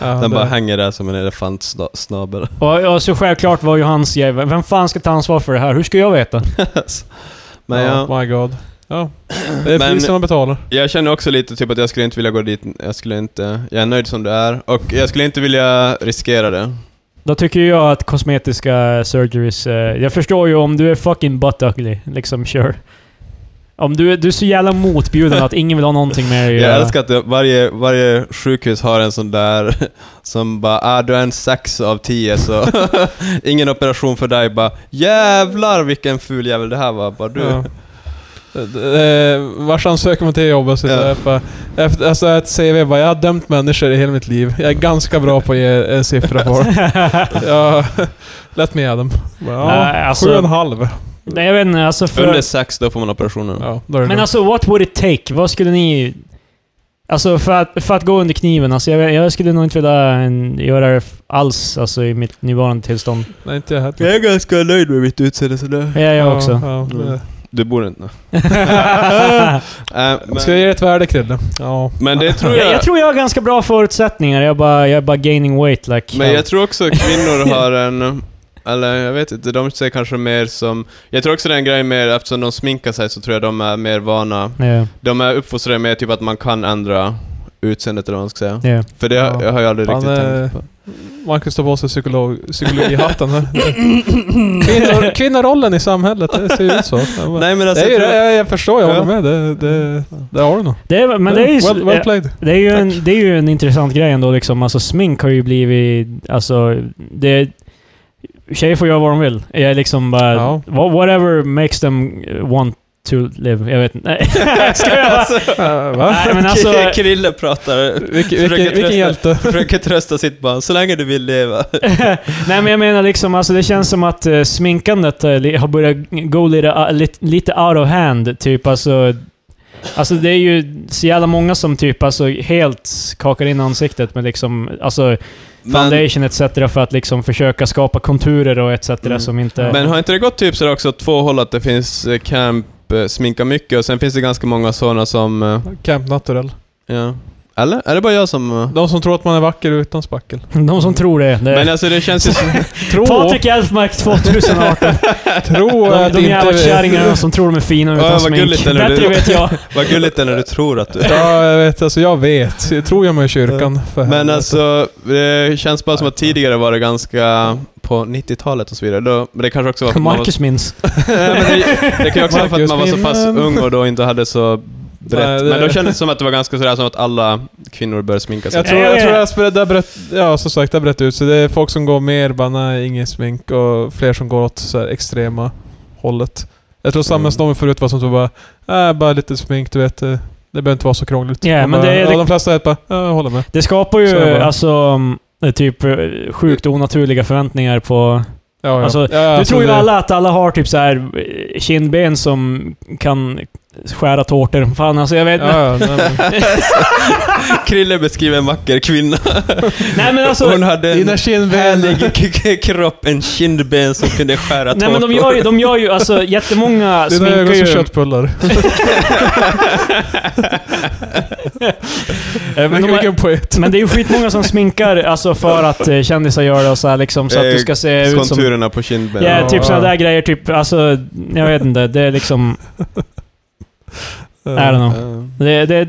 S2: Ja,
S1: Den bara
S2: det-
S1: hänger där som en elefantsnabel.
S3: Och, och så självklart var ju hans jävel... Vem fan ska ta ansvar för det här? Hur ska jag veta?
S1: Men jag,
S2: My God. Ja. Det är
S1: Men-
S2: priset man betalar.
S1: jag känner också lite typ att jag skulle inte vilja gå dit, jag skulle inte... Jag är nöjd som det är, och jag skulle inte vilja riskera det.
S3: Då tycker jag att kosmetiska surgeries... Eh, jag förstår ju om du är fucking butt ugly, liksom sure. Om du, är- du är så jävla motbjuden att ingen vill ha någonting med dig eh. att göra.
S1: Jag älskar att det- varje, varje sjukhus har en sån där som bara ah, du är en sex av tio så ingen operation för dig” bara “Jävlar vilken ful jävel det här var” bara du.
S2: Ja. Eh, Varsansöker man till jobbet så
S1: Ja.
S2: yeah. bara, efter, alltså ett CV bara, jag har dömt människor i hela mitt liv. Jag är ganska bra på att ge en siffra på dem. Jag lät med dem. Bara, Ja,
S3: Nej, alltså-
S2: sju och en halv.
S3: Nej, jag vet inte, alltså
S1: Under
S3: för...
S1: sex, då får man operationen.
S2: Ja, då är det
S3: Men
S2: lugnt.
S3: alltså, what would it take? Vad skulle ni... Alltså för att, för att gå under kniven, alltså jag, jag skulle nog inte vilja en, göra det f- alls alltså, i mitt nuvarande tillstånd.
S2: Nej, inte jag heller.
S1: Jag är ganska nöjd med mitt utseende sådär.
S3: Ja, jag också.
S2: Ja, ja,
S1: Mm.
S2: det-
S1: Du borde inte... Äh, men,
S2: Ska jag ge dig ett värde Krille? Ja.
S1: men det tror
S3: jag,
S1: jag...
S3: jag tror jag har ganska bra förutsättningar. Jag är bara, jag är bara gaining weight like...
S1: Men jag tror också kvinnor har en... Eller jag vet inte, de ser kanske mer som... Jag tror också det är en grej mer, eftersom de sminkar sig så tror jag de är mer vana.
S3: Ja,
S1: De är uppfostrade med typ att man kan ändra utseendet eller vad man ska säga.
S3: ja.
S1: För det har-
S2: Ja.
S1: jag har jag aldrig
S2: Fan,
S1: riktigt
S2: eh,
S1: tänkt på.
S2: Man kan stå på sig psykolog, psykologihatten här. Kvinnor, kvinnorollen i samhället, det ser ju ut så. Jag bara-
S1: Nej men
S2: Det
S1: alltså,
S2: är ju
S1: jag,
S2: det,
S1: tror,
S2: jag, jag förstår, jag
S1: Ja.
S2: håller med. Det, det, det har du nog.
S3: Det är, men det är ju...
S2: well, well played.
S3: Det är, ju en, det är ju en intressant grej ändå liksom. Alltså smink har ju blivit... Alltså, det... Tjejer får göra vad de vill. Jag är liksom bara...
S2: Ja.
S3: wha- Whatever makes them eh, want to live. Jag vet inte. Nej, ska jag
S1: Alltså.
S3: bara...
S2: Äh, va?
S3: Nej, men alltså...
S1: Krille pratar,
S2: Vilken, vilken, vilken hjälte.
S1: försöker trösta sitt barn, så länge du vill leva.
S3: Nej men jag menar liksom, alltså det känns som att eh, sminkandet eh, li- har börjat gå lite, uh, lite, lite out of hand, typ alltså... Alltså det är ju så jävla många som typ alltså helt kakar in ansiktet med liksom, alltså foundation etc. för att liksom försöka skapa konturer och etc.
S1: Mm.
S3: som
S2: eh.
S3: inte...
S1: Men har inte det gått typ sådär också åt två håll att det finns eh, camp eh, sminka mycket och sen finns det ganska många sådana som... eh,
S2: Camp Natural.
S1: Ja. Eller? Är det bara jag som... eh,
S2: De som tror att man är vacker utan spackel.
S3: De som tror det. det
S1: Men alltså det känns ju... som-
S2: Tro,
S3: Patrik Elfmark 2018.
S2: tro
S3: De,
S2: att
S3: de jävla
S2: inte...
S3: kärringarna som tror de är fina utan
S1: Ja, vad
S3: smink.
S1: gulligt eller
S3: Bättre
S1: du-
S3: vet jag.
S1: Vad gulligt det är när du tror att du...
S2: Ja, jag vet. Alltså jag vet. Jag tror jag mig i kyrkan. För
S1: Men
S2: helvete.
S1: alltså, det känns bara som att tidigare var det ganska... På 90-talet och så vidare. Då, men det kanske också var för att man var...
S3: Marcus minns.
S1: Nej, men det, det kan ju också vara för att man var så
S2: Marcus,
S1: pass
S2: min vän.
S1: ung och då inte hade så brett.
S2: Nej, det-
S1: Men då kändes det som att det var ganska sådär som att alla kvinnor började sminka sig.
S2: Jag tror, jag tror att det där brett, ja som sagt, det har brett ut sig. Det är folk som går mer bara nej, ingen smink och fler som går åt så här extrema hållet. Jag tror samhällsnormen förut var som så bara, äh, bara lite smink, du vet. eh, Det behöver inte vara så krångligt.
S3: Ja,
S2: Och
S3: men
S2: bara,
S3: det-
S2: ja,
S3: det-
S2: de flesta är bara, ja, jag håller med.
S3: Det skapar
S2: Så är det
S3: ju
S2: bara.
S3: alltså mm, eh, typ eh, sjukt onaturliga förväntningar på...
S2: Ja, ja.
S3: Alltså,
S2: ja,
S3: Du tror ju
S2: det-
S3: alla att alla har typ så här eh, kindben som kan skära tårtor. Fan alltså, jag vet inte.
S2: Ja, ja, nej, men,
S1: Krille beskriver en vacker kvinna.
S3: Nej men alltså...
S1: Hon hade en
S2: dina kindben.
S1: härlig k- k- kropp, en kindben som kunde skära
S3: Nej men de gör ju, de gör ju alltså jättemånga
S2: Dina ögon som
S3: sminkar ju...
S2: köttbullar.
S3: Eh, Men, de,
S2: Vilken poet.
S3: men det är ju skitmånga som sminkar alltså för att eh, kändisar gör det och så här liksom så att
S1: Eh,
S3: du ska se ut som...
S1: Konturerna på kindben.
S3: Ja, typ
S2: Ja.
S3: sådana där grejer. Typ, alltså, jag vet inte. Det är liksom... I don't know.
S1: Eh,
S3: Det, det,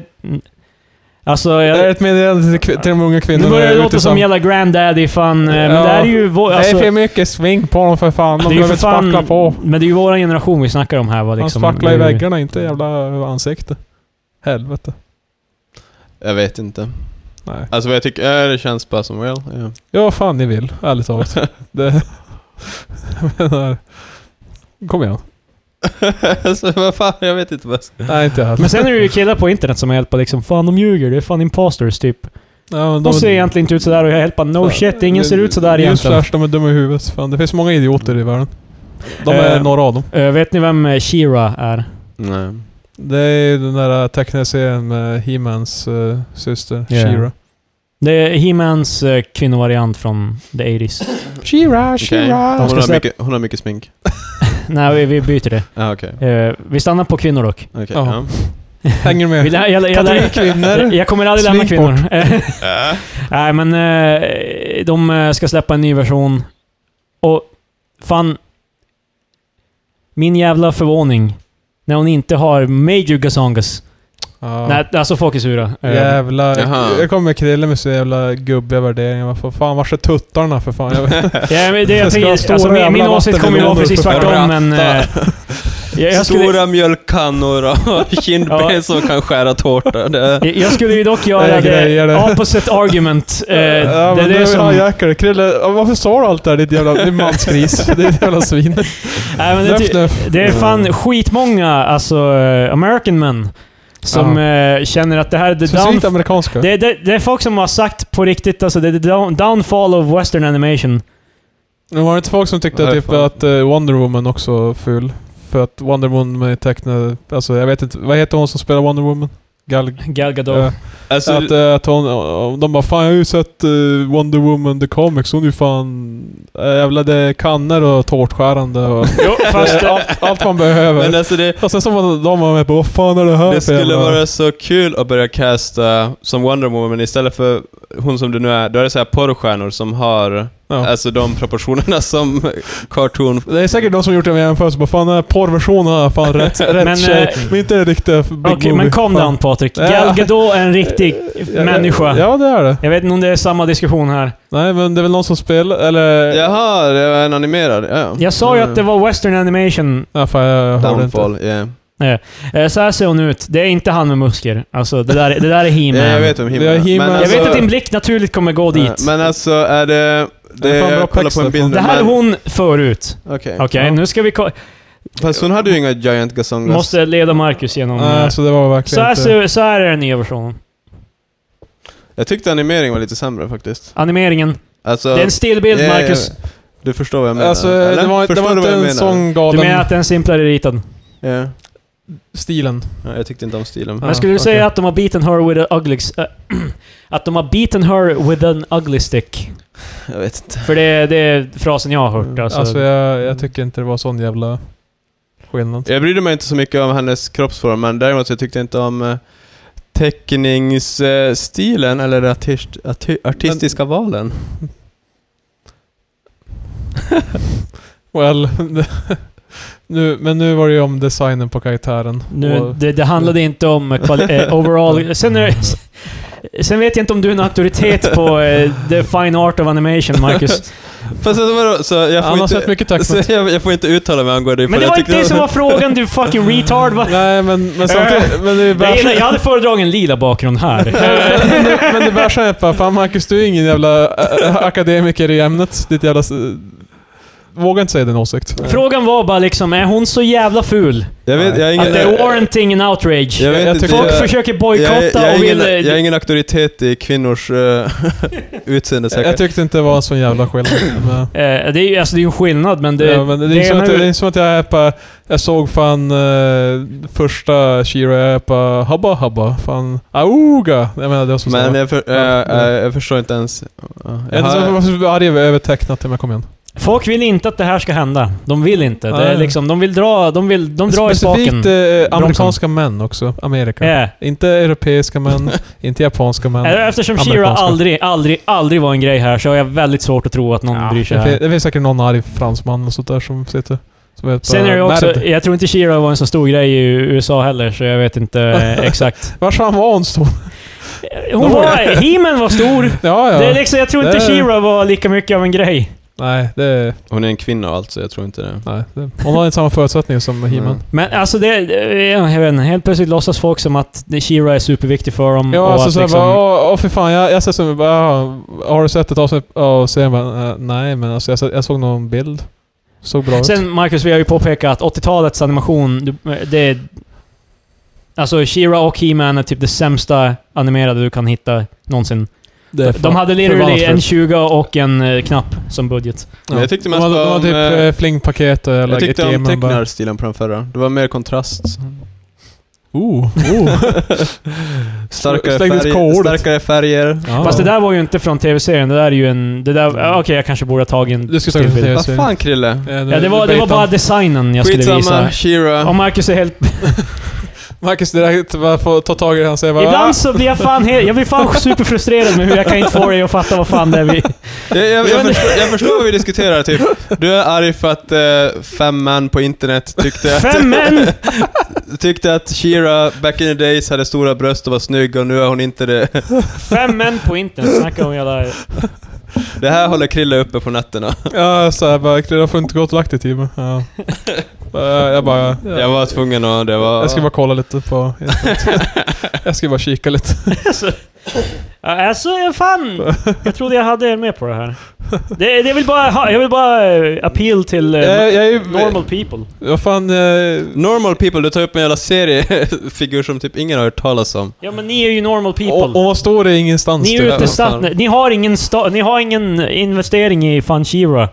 S3: alltså,
S2: Det
S3: jag,
S2: är ett meddelande till, kvi- till de unga kvinnorna.
S3: Nu börjar det
S2: ute i
S3: låta som
S2: sam-
S3: jävla granddaddy fan, eh, men
S2: Ja.
S3: det här är ju vår... Alltså,
S2: Det är för mycket sving på dem för fan. De
S3: det är ju för
S2: behöver spackla
S3: fan...
S2: på.
S3: Men det är ju våran generation vi snackar om här va, liksom.
S2: Han spacklar i
S3: Det är ju-
S2: väggarna, inte jävla ansikte. Helvete.
S1: Jag vet inte.
S2: Nej.
S1: Alltså vad jag tycker, eh, det känns bara som well. ja.
S2: Ja, vad fan ni vill, ärligt talat. Det... Jag menar... Kom igen.
S1: alltså vad fan, jag vet inte vad jag ska...
S2: Nej, inte jag heller.
S3: Men sen är det ju killar på internet som hjälper liksom. Fan de ljuger, det är fan imposters typ.
S2: Ja, men
S3: De ser egentligen inte ut sådär och jag hjälper no shit, ingen ser ut sådär egentligen.
S2: Newsflash, de är dumma i huvudet. Fan, det finns många idioter i världen. De är
S3: Eh.
S2: några av dem.
S3: Eh, vet ni vem eh, She-Ra är?
S1: Nej.
S2: Det är ju den där tecknade serien med He-Mans eh, syster,
S3: Ja.
S2: She-Ra.
S3: Det är He-Mans eh, kvinnovariant från the 80s.
S2: She-Ra,
S1: Okej.
S2: She-Ra!
S3: De
S1: Hon,
S3: ska
S1: har
S3: släppa-
S1: mycket- hon har mycket smink.
S3: Nej, vi, vi byter det.
S1: Ah, okej.
S3: Eh, vi stannar på kvinnor dock.
S1: Okej,
S2: Ja.
S1: ja.
S2: Hänger du
S3: Vi
S2: med?
S3: lä- jag, jag, jag,
S2: Kategori kvinnor.
S3: jag kommer aldrig lämna
S2: Sving
S3: kvinnor. Nej, men eh, de eh, ska släppa en ny version. Och fan... Min jävla förvåning. När hon inte har Major Gazongas.
S2: Ja.
S3: Nej, alltså folk är sura. Eh,
S2: Jävla...
S1: Jaha.
S2: Jag kommer med Krille med så jävla gubbiga värderingar. Vad fan, vars är tuttarna för fan? Jag vet.
S3: Ja, men det, jag
S2: Ska
S3: tänker,
S2: stora
S3: alltså, min, min
S2: jävla
S3: åsikt kommer ju vara
S2: vattenmeloner
S3: precis
S2: för
S3: tvärtom,
S1: fan.
S3: men... eh, Jag, jag, skulle,
S1: Stora mjölkkannor och kindben
S3: Ja.
S1: som kan skära tårta. Det,
S3: jag- jag skulle ju dock
S2: Det
S3: göra
S2: är grejer
S3: det
S2: det.
S3: opposite argument. Eh,
S2: ja,
S3: det är
S2: men
S3: det som... Nej,
S2: jäklar. Krille, ja, varför sa du allt det här? Ditt jävla... Din mansgris. det är ett jävla svin.
S3: men det, är
S2: Nöff,
S3: ty-
S2: nöff.
S3: det är
S1: Mm.
S3: fan skitmånga alltså, eh, American men som eh, känner att det här är the
S2: Specifikt
S3: down...
S2: amerikanska.
S3: Det, det, det är folk som har sagt på riktigt alltså, det är the down, downfall of western animation.
S2: Men var det inte folk som tyckte
S1: Nej,
S2: typ
S1: fan.
S2: att eh, Wonder Woman också var ful? För att Wonder Woman är tecknad... Alltså jag vet inte. Vad heter hon som spelar Wonder Woman? Gal...
S3: Gal Gadot.
S2: eh,
S1: alltså,
S2: att, eh, att hon, eh, de bara 'Fan jag har ju sett eh, Wonder Woman the Comics, hon är ju fan... Äh, jävla det är kannor och tårtskärande och...
S3: Jo, fast,
S2: Eh,
S3: eh,
S2: allt, allt man behöver.
S1: men alltså det,
S2: och sen så var de var med på 'Vad fan är det här
S1: det
S2: för
S1: skulle
S2: jävla-"
S1: vara så kul att börja casta som Wonder Woman istället för hon som du nu är. Då är det så här porrstjärnor som har
S2: Ja.
S1: alltså de proportionerna som cartoon...
S2: Det är säkert de som gjort en jämförelse, bara fan den här porrversionen är fan rätt, rätt
S3: Men,
S2: men, tjej.
S3: eh,
S2: Men inte den riktiga Big
S3: Okej,
S2: Movie.
S3: men calm
S2: Fan.
S3: down Patrik.
S2: Ja.
S3: Gal Gadot är en riktig
S2: Ja,
S3: människa.
S2: Ja det är det.
S3: Jag vet inte om det är samma diskussion här.
S2: Nej men det är väl någon som spelar, eller...
S1: Jaha, det var en animerad. Ja, ja.
S3: Jag sa ju att det var western animation.
S2: Nej fan jag, jag hörde inte.
S1: Downfall, yeah.
S3: Eh, Så här ser hon ut. Det är inte han med muskler. Alltså, det där, det där är
S1: ja.
S3: He-Man.
S1: Jag vet vem He-Man
S2: Det
S1: är.
S2: är He-Man.
S1: Men
S3: Jag vet
S1: alltså-
S3: att din blick naturligt kommer gå dit.
S1: Ja, Men alltså, är det... det
S2: Det är fan bra
S1: jag kollar på en
S2: text
S1: bild nu,
S3: det här är
S1: men-
S3: hon förut.
S1: Okej.
S3: Okej,
S2: Ja. Mm.
S3: nu ska vi ko-
S1: Fast hon hade ju inga Giant Gazongas.
S3: Måste leda Marcus genom... eh,
S2: Nej, så det var verkligen
S3: så, här
S2: inte-
S3: ser, så här är den nya versionen.
S1: Jag tyckte animeringen var lite sämre faktiskt.
S3: Animeringen.
S1: Alltså,
S3: Det är en stillbild,
S1: ja, ja, ja.
S3: Marcus.
S1: Du förstår vad jag menar?
S2: Alltså,
S1: eller?
S2: det var, det
S1: Förstår
S2: var
S1: du vad
S2: inte
S1: jag
S2: en
S1: menar?
S2: sån
S3: Du
S2: galen
S3: menar att den är simplare ritad?
S1: Ja.
S2: stilen.
S1: Ja, jag tyckte inte om stilen.
S2: Ja.
S3: Men skulle du
S2: okej.
S3: säga att de har beaten her with an ugly... s- eh, att de har beaten her with an ugly stick?
S1: Jag vet inte.
S3: För det, det är frasen jag har hört. Alltså,
S2: Alltså, jag, jag tycker inte det var sån jävla skillnad.
S1: Jag brydde mig inte så mycket om hennes kroppsform, men däremot så tyckte jag inte om eh, teckningsstilen eller artist, arti, artistiska valen.
S2: Well, nu, men nu var det ju om designen på karaktären.
S3: nu,
S2: Och-
S3: det, det handlade inte om kvali- eh, overall... Sen, är, sen vet jag inte om du är en auktoritet på eh, the fine art of animation, Marcus.
S1: Fast alltså, vadå? Så jag
S2: Han
S1: får
S2: har sett
S1: inte...
S2: mycket text.
S1: Så jag, jag får inte uttala mig angående
S3: Men
S1: för
S3: det
S1: jag
S3: var
S1: tyckte
S3: inte det som var frågan, du fucking retard! Va?
S2: Nej, men, men samtidigt... Men det är
S3: Jag,
S2: värsta-
S3: gillar, jag hade föredragit en lila bakgrund här.
S2: Men
S3: Eh,
S2: det- men det bärsar jag på. Fan Marcus, du är ingen jävla äh, akademiker i ämnet. Ditt jävla... s- Vågar inte säga din åsikt.
S3: Frågan var bara liksom, är hon så jävla ful?
S1: Jag vet, jag är ingen...
S3: Att det är warranting en outrage.
S1: Jag vet
S2: Jag
S1: inte.
S2: tycker-
S1: jag-
S3: Folk försöker
S1: jag, jag,
S3: bojkotta
S1: är
S3: och
S1: ingen,
S3: vill...
S1: jag är ingen auktoritet i kvinnors eh, utseende
S2: Jag, jag
S1: säkert.
S2: tyckte inte det var en sån jävla skillnad. Men...
S3: Eh, det är ju alltså, det är ju en skillnad, men det...
S2: ja, men det, är
S3: det
S2: som
S3: ena
S2: att, det
S3: är-
S2: är som att jag är på, Jag såg fan eh, första Shira jag är på Habba Habba. Fan Auga! Jag menar det var som
S1: Men
S2: men,
S1: jag, för, eh, eh, jag förstår inte ens... Ja,
S2: jag
S1: jag
S2: är
S1: har-
S2: inte så arg över övertecknat till mig kom igen.
S3: Folk vill inte att det här ska hända. De vill inte. Det
S2: Nej.
S3: är liksom, de vill dra, de vill, de drar i spaken.
S2: Specifikt eh, amerikanska män också. Amerika.
S3: Ja.
S2: Inte europeiska män, inte japanska män.
S3: Eh, Eftersom Shira
S2: Amerikanska.
S3: aldrig, aldrig, aldrig var en grej här så har jag väldigt svårt att tro att någon bryr sig
S2: det, finns,
S3: här.
S2: det finns säkert någon arg fransman och sånt där som sitter... Som är på
S3: Sen är det också,
S2: Nerd.
S3: jag tror inte Shira var en så stor grej i USA heller, så jag vet inte eh, exakt.
S2: Vars fan var hon stor?
S3: Hon var, He-Man var stor.
S2: Ja, ja.
S3: Det är liksom, jag tror inte
S2: Det är-
S3: Shira var lika mycket av en grej.
S2: Nej, det...
S1: Hon är en kvinna och allt, så jag tror inte det.
S2: Nej. Det, hon har inte samma förutsättningar som He-Man.
S3: Men alltså det, jag vet inte, helt plötsligt låtsas folk som att Shira är superviktig för dem.
S2: Ja,
S3: och
S2: alltså
S3: att
S2: såhär
S3: liksom-
S2: bara, åh, åh fy fan, jag, jag ser som, bara, "Ah, har du sett ett avsnitt av serien? Bara, "Eh, Nej, men alltså jag, så- jag såg någon bild. Såg bra ut.
S3: Sen Marcus, vi har ju påpekat att 80-talets animation, du- det är... Alltså, She-Ra och He-Man är typ det sämsta animerade du kan hitta någonsin.
S2: Det är
S3: De
S2: fan-
S3: hade
S2: förbannat
S3: literally
S2: fult.
S3: en 20 och en eh, knapp som budget.
S1: Men jag tyckte
S2: de
S1: mest
S2: hade, de
S1: om,
S2: hade typ
S1: eh,
S2: eh, flingpaket och eller
S1: jag tyckte
S2: ett
S1: om
S2: game, man bara,
S1: tecknarstilen på den förra. Det var mer kontrast.
S2: Oh, oh.
S1: Starkare,
S2: Släng dit
S1: färg,
S2: K-ordet.
S1: starkare färger.
S2: Ja. Mm.
S3: Fast det där var ju inte från tv-serien, det där är ju en... Det där... ja, Okej, jag kanske borde ha tagit en
S2: Du ska
S3: till
S2: ta
S3: bild.
S2: det.
S1: Vad fan Krille?
S2: Eh, nu-
S3: Ja, det var,
S2: nu
S3: det var
S2: baitar
S3: bara
S2: han.
S3: designen jag skulle visa.
S1: Skitsamma, Shira.
S3: Och Marcus är helt...
S2: Marcus direkt bara får ta tag i det han säger bara, "Ah."
S3: Ibland så blir jag fan helt... Jag blir fan superfrustrerad med hur jag kan inte få dig att fatta vad fan det är vi...
S1: Jag, jag, jag, förstår, jag förstår vad vi diskuterar, typ. Du är arg för att eh, fem män på internet tyckte att,
S3: Fem män!
S1: tyckte att Shira back in the days hade stora bröst och var snygg och nu är hon inte det.
S3: Fem män på internet snackar om jävla...
S1: Det här håller Krille uppe på nätterna.
S2: Ja, så jag bara, jag får inte gå och lagt dig Timo. Ja. Jag jag bara...
S1: Jag var tvungen att... Det var...
S2: Jag ska bara kolla lite på... jag ska bara kika lite.
S3: Ja, Alltså, fan! Jag trodde jag hade er med på det här. Det, det vill bara ha, jag vill bara eh, appeal till eh,
S2: Jag, jag är ju...
S3: normal people.
S2: Vad fan... eh,
S1: Normal people, du tar upp en jävla seriefigur som typ ingen har hört talas om.
S3: Ja, men ni är ju normal people.
S2: Och, och vad står det ingenstans? typ?
S3: ni är
S2: du?
S3: ute
S1: fan.
S3: i stan. Ni har ingen sta, Ni har ingen investering i Fanchira.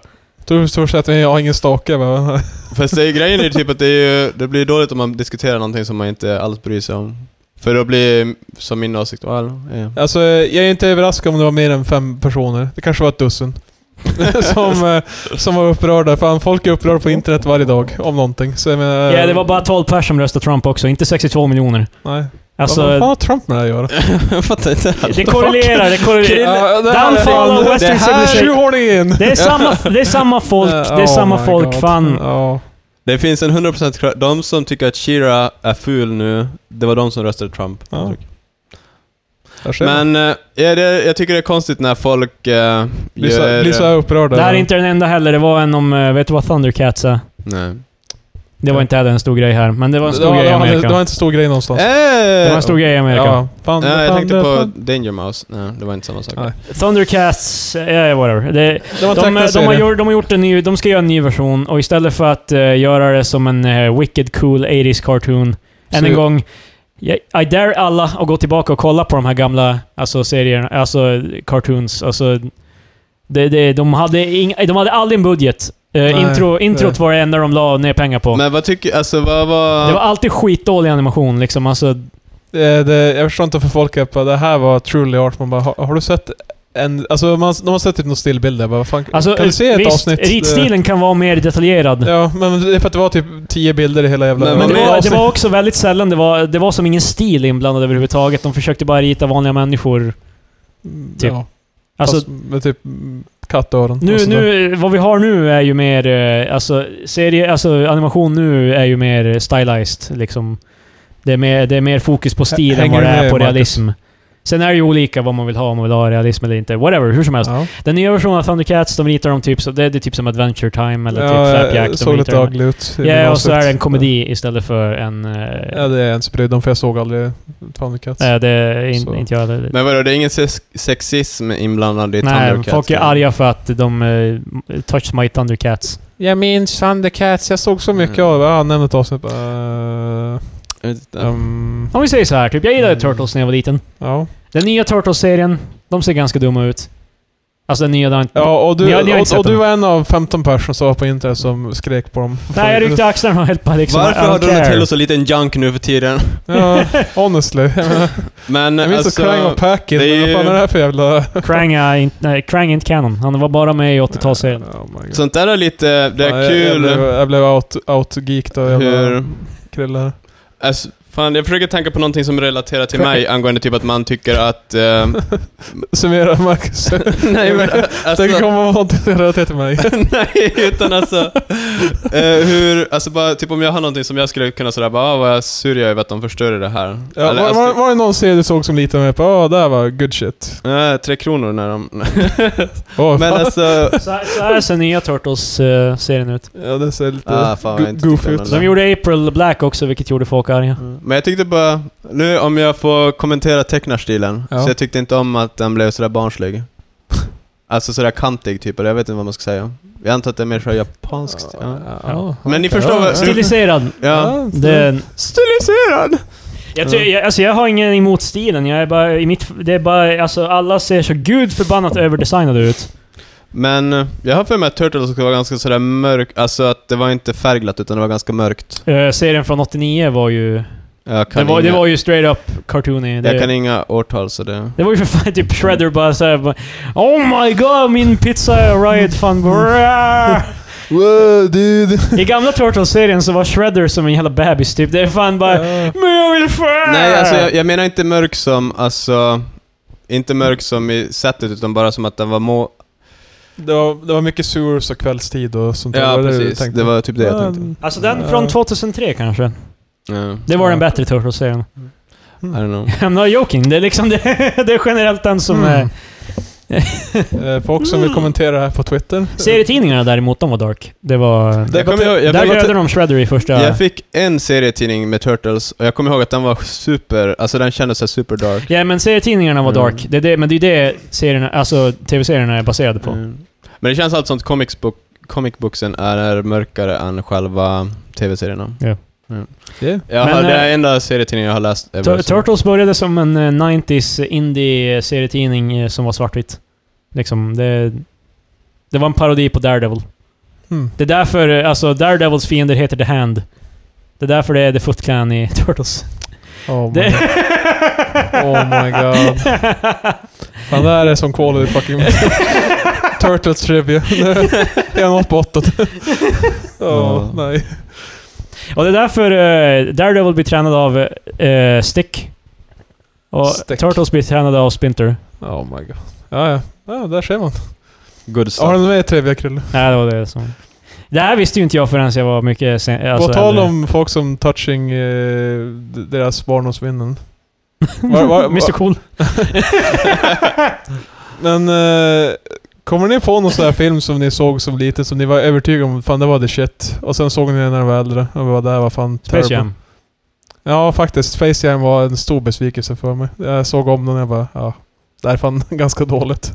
S2: Du står och säger att jag har ingen stake. va?
S1: Fast det är grejen är ju typ att det, är ju, det blir dåligt om man diskuterar någonting som man inte alls bryr sig om. För då blir, som min åsikt, well, yeah.
S2: Alltså, eh, jag är inte överraskad om det var mer än fem personer. Det kanske var ett dussin. som, eh, som var upprörda. Fan, folk är upprörda på internet varje dag om någonting. Så jag menar...
S3: Ja, det var bara 12 personer som röstade Trump också, inte 62 miljoner.
S2: Nej.
S3: Alltså,
S2: vad fan har Trump med det att göra?
S1: Jag fattar inte.
S3: det korrelerar, det korrelerar.
S2: Ja, det här-
S3: Downfall of
S2: det
S3: Western
S2: här-
S3: civilization.
S2: Tjuhålingen!
S3: Det är samma, det är samma folk, det är
S2: Oh
S3: samma
S2: my
S3: folk,
S2: God.
S3: fan.
S2: Ja.
S1: Det finns en 100% klar- De som tycker att Shira är ful nu, det var de som röstade Trump.
S2: Ja. Där ser man.
S1: Men eh, ja, det, jag tycker det är konstigt när folk eh,
S2: Blir så-
S1: gör...
S2: Blir så här upprörd.
S3: Det här är
S2: över-
S3: inte den enda heller, det var en om, eh, vet du vad Thundercats är?
S1: Nej.
S3: Det var inte heller en stor grej här, men det var en stor
S2: Det var-
S3: grej i
S2: det var-
S3: Amerika.
S2: Det var inte stor grej någonstans.
S1: Eh!
S3: Det var en stor grej i Amerika.
S2: Ja, fan,
S1: Nej,
S2: fan,
S1: jag tänkte
S2: det-
S1: på
S2: fan.
S1: Danger Mouse. Nej, det var inte samma sak.
S2: Nej.
S3: Thundercats, eh,
S2: Det
S3: whatever. Det,
S2: var en
S3: de, eh, de, har
S2: tecknaserie.
S3: gjort, de har gjort en ny, de ska göra en ny version och istället för att eh, göra det som en eh, wicked cool 80s cartoon, än en
S2: Så-
S3: gång, jag, I dare alla att gå tillbaka och kolla på de här gamla alltså, serierna, alltså cartoons. Alltså, det, det, de, hade ing, de hade aldrig en budget. Eh,
S2: Nej,
S3: intro, introt
S2: nej.
S3: var det enda de la ner pengar på.
S1: Men vad tycker... Alltså vad var...
S3: det var alltid skitdålig animation liksom. Alltså,
S2: Eh, det, jag förstår inte varför folk är på det här var truly art. Man bara, har, har du sett en... Alltså, man, de har sett typ någon stillbild där. Bara, fan,
S3: alltså
S2: kan du se ett
S3: visst,
S2: avsnitt?
S3: ritstilen kan vara mer detaljerad.
S2: Eh, Ja, men det är för att det var typ tio bilder i hela jävla...
S1: Men
S3: Men det
S1: mer
S3: var, det
S2: avsnitt.
S3: var också väldigt sällan, det var, det var som ingen stil inblandad överhuvudtaget. De försökte bara rita vanliga människor. typ.
S2: Ja,
S3: Alltså,
S2: fast med typ mm, kattöron.
S3: nu,
S2: och sådär.
S3: nu, vad vi har nu är ju mer, eh, alltså, serie, alltså animation nu är ju mer stylized liksom. Det är mer, det är mer fokus på stil än
S2: Hänger
S3: vad det
S2: du
S3: är
S2: med,
S3: på
S2: Marcus?
S3: realism. Sen är det ju olika vad man vill ha, om man vill ha realism eller inte. Whatever, hur som helst.
S2: Ja.
S3: Den nya versionen av Thundercats, de ritar dem typ så, det, det är typ som Adventure Time eller
S2: Ja,
S3: typ
S2: jag
S3: Flapjack. De
S2: såg lite
S3: ritar dem.
S2: daglig ut. i
S3: Ja, och så
S2: gymnasiet.
S3: är det en komedi istället för en... eh,
S2: Ja, det är jag inte så brydd om för jag såg aldrig Thundercats.
S3: Nej, det är
S2: Så.
S3: in, inte jag heller.
S1: Men vadå, det är ingen sex- sexism inblandad i
S3: Nej,
S1: Thundercats?
S3: folk är arga för att de uh, touched my Thundercats.
S2: Jag minns Thundercats, jag såg så mycket av det. Ja, nämn ett avsnitt bara. eh,
S1: Jag vet inte.
S2: ehm,
S3: Om vi säger så här, typ. Jag gillade
S2: Mm.
S3: Turtles när jag var liten.
S2: ja.
S3: Den nya Turtles-serien, de ser ganska dumma ut. Alltså den nya... Den,
S2: ja, och du,
S3: Ni har- ni har inte
S2: och,
S3: sett
S2: och du
S3: dem.
S2: var en av 15 personer som var på internet som skrek på dem.
S3: Nej, jag ryckte axlarna och helt bara liksom...
S1: Varför
S3: I don't
S1: har de
S3: care.
S1: till oss så liten junk nu för tiden?
S2: Ja, honestly. Jag, menar,
S1: Men
S2: jag minns alltså, Krang
S1: alltså...
S2: och Packet,
S1: det är
S2: men vad fan
S1: ju-
S2: är det här för jävla...
S3: Krang är inte- nej, Krang är inte canon. Han var bara med i 80-talsserien.
S2: Oh my God.
S1: Sånt där är lite... Det
S2: Fan,
S1: är
S2: jag, Jag blev,
S1: kul
S2: jag blev out, out-geeked av jävla
S1: hur...
S2: Krille här.
S1: Alltså, fan, jag försöker tänka på någonting som relaterar till mig angående typ att man tycker att... eh,
S2: Summera Marcus.
S1: nej men
S2: Tänk
S1: alltså...
S2: om man var någonting relaterat till mig.
S1: nej, utan alltså... eh, hur... Alltså bara, typ om jag har någonting som jag skulle kunna sådär bara, ah, vad jag sur jag är över att de förstörde det här.
S2: Ja,
S1: Eller,
S2: var,
S1: alltså,
S2: var, var det någon serie du såg som liten och jag bara åh, det här var good shit.
S1: eh, tre kronor när de...
S2: Åh,
S1: men
S2: fan.
S1: alltså...
S3: Så, så här ser nya Turtles-serien ut.
S2: Ja, det ser lite
S1: Ah, fan, jag har
S2: go-
S1: inte
S2: goofy
S1: tittat
S2: ut.
S1: på
S3: Så de gjorde April Black också, vilket gjorde folk arga.
S1: Men jag tyckte bara, nu om jag får kommentera tecknarstilen,
S2: Ja.
S1: så jag tyckte inte om att den blev sådär barnslig. alltså sådär kantig typ, eller jag vet inte vad man ska säga. Jag antar att det är mer sådär japanskt. Ja.
S3: Ja.
S1: Men ni förstår vad-
S3: Stiliserad.
S1: ja.
S3: Den,
S1: Stiliserad!
S3: Jag, ty- jag, alltså jag har ingen emot stilen, jag är bara, i mitt, det är bara, alltså alla ser så gud förbannat överdesignade ut.
S1: Men eh, jag har för mig att Turtles ska vara ganska sådär mörk, alltså att det var inte färgglatt utan det var ganska mörkt.
S3: Eh, serien från 89 var ju...
S1: Jag kan,
S3: Det var,
S1: inga,
S3: det var ju straight up cartoony.
S1: jag kan
S3: Det,
S1: inga årtal så det...
S3: det var ju för fan typ Shredder bara såhär bara, Oh my god, min pizza är riot fan. brrrr."
S2: Wow, dude!
S3: I gamla Turtles-serien så var Shredder som en jävla bebis typ. Det är fan bara...
S2: Ja.
S3: Men jag vill fan!
S1: Nej, alltså jag, jag menar inte mörk som, alltså... Inte mörk som i sättet utan bara som att den var må...
S2: Det var, det var mycket sewers och kvällstid och sånt
S1: Ja,
S2: var du
S1: precis.
S2: tänkte?
S1: Det var typ det jag
S2: Ja,
S1: tänkte.
S3: Alltså den från 2003 kanske.
S1: Ja.
S3: Det var den bättre Turtles-serien.
S1: I don't know.
S3: I'm not joking. Det är liksom det, det är generellt den som
S2: Mm.
S3: är...
S2: Eh, Folk som
S3: Mm.
S2: vill kommentera det här på Twitter.
S3: Serietidningarna däremot, de var dark. Det var...
S1: Jag kommer ihåg- jag
S3: där
S1: kommer ihåg-
S3: dödade de Shredder i första...
S1: Jag fick en serietidning med Turtles och jag kommer ihåg att den var super, alltså den kändes så här super dark.
S3: Ja, men serietidningarna var
S1: Mm.
S3: dark. Det är det, men det är det serierna, alltså tv-serierna är baserade på.
S1: Mm. Men det känns alltså som att comic, book, comic booksen är mörkare än själva tv-serierna.
S2: Det.
S1: Jag
S3: Men,
S1: har, det
S3: eh,
S1: är enda serietidningen jag har läst. ever,
S3: Tur-
S1: så-
S3: Turtles började som en eh, 90s indie-serietidning eh, som var svartvitt. Liksom, det... Det var en parodi på Daredevil.
S2: Mm.
S3: Det är därför, eh, alltså Daredevils fiender heter The Hand. Det är därför det är The Foot Clan i Turtles.
S2: Oh my
S3: Det...
S2: god. Oh my god. Fan, det här är som Call of the fucking Turtles trivia. Det är något bortåt. Åh,
S1: Ja.
S2: nej.
S3: Och det är därför eh, Daredevil blir tränad av eh, Stick. Och
S2: Stick.
S3: Turtles blir tränade av Splinter.
S2: Oh my god. Ja, ja. Ja, där ser man.
S1: Good
S2: Har
S1: stuff.
S2: du med trivia, Krille?
S3: Nej, det var det som... Det här visste ju inte jag förrän jag var mycket sen, alltså,
S2: På tal
S3: äldre.
S2: om folk som touching eh, d- deras barndomsminnen. Var, var,
S3: Mr
S2: var,
S3: Cool.
S2: men eh, kommer ni på någon sån här film som ni såg som liten som ni var övertygade om fan det var the shit? Och sen såg ni den när ni var äldre och bara det här var fan
S3: Space
S2: terrible."
S3: Jam.
S2: Ja faktiskt, Space Jam var en stor besvikelse för mig. Jag såg om den och jag bara ja, det här är fan ganska dåligt.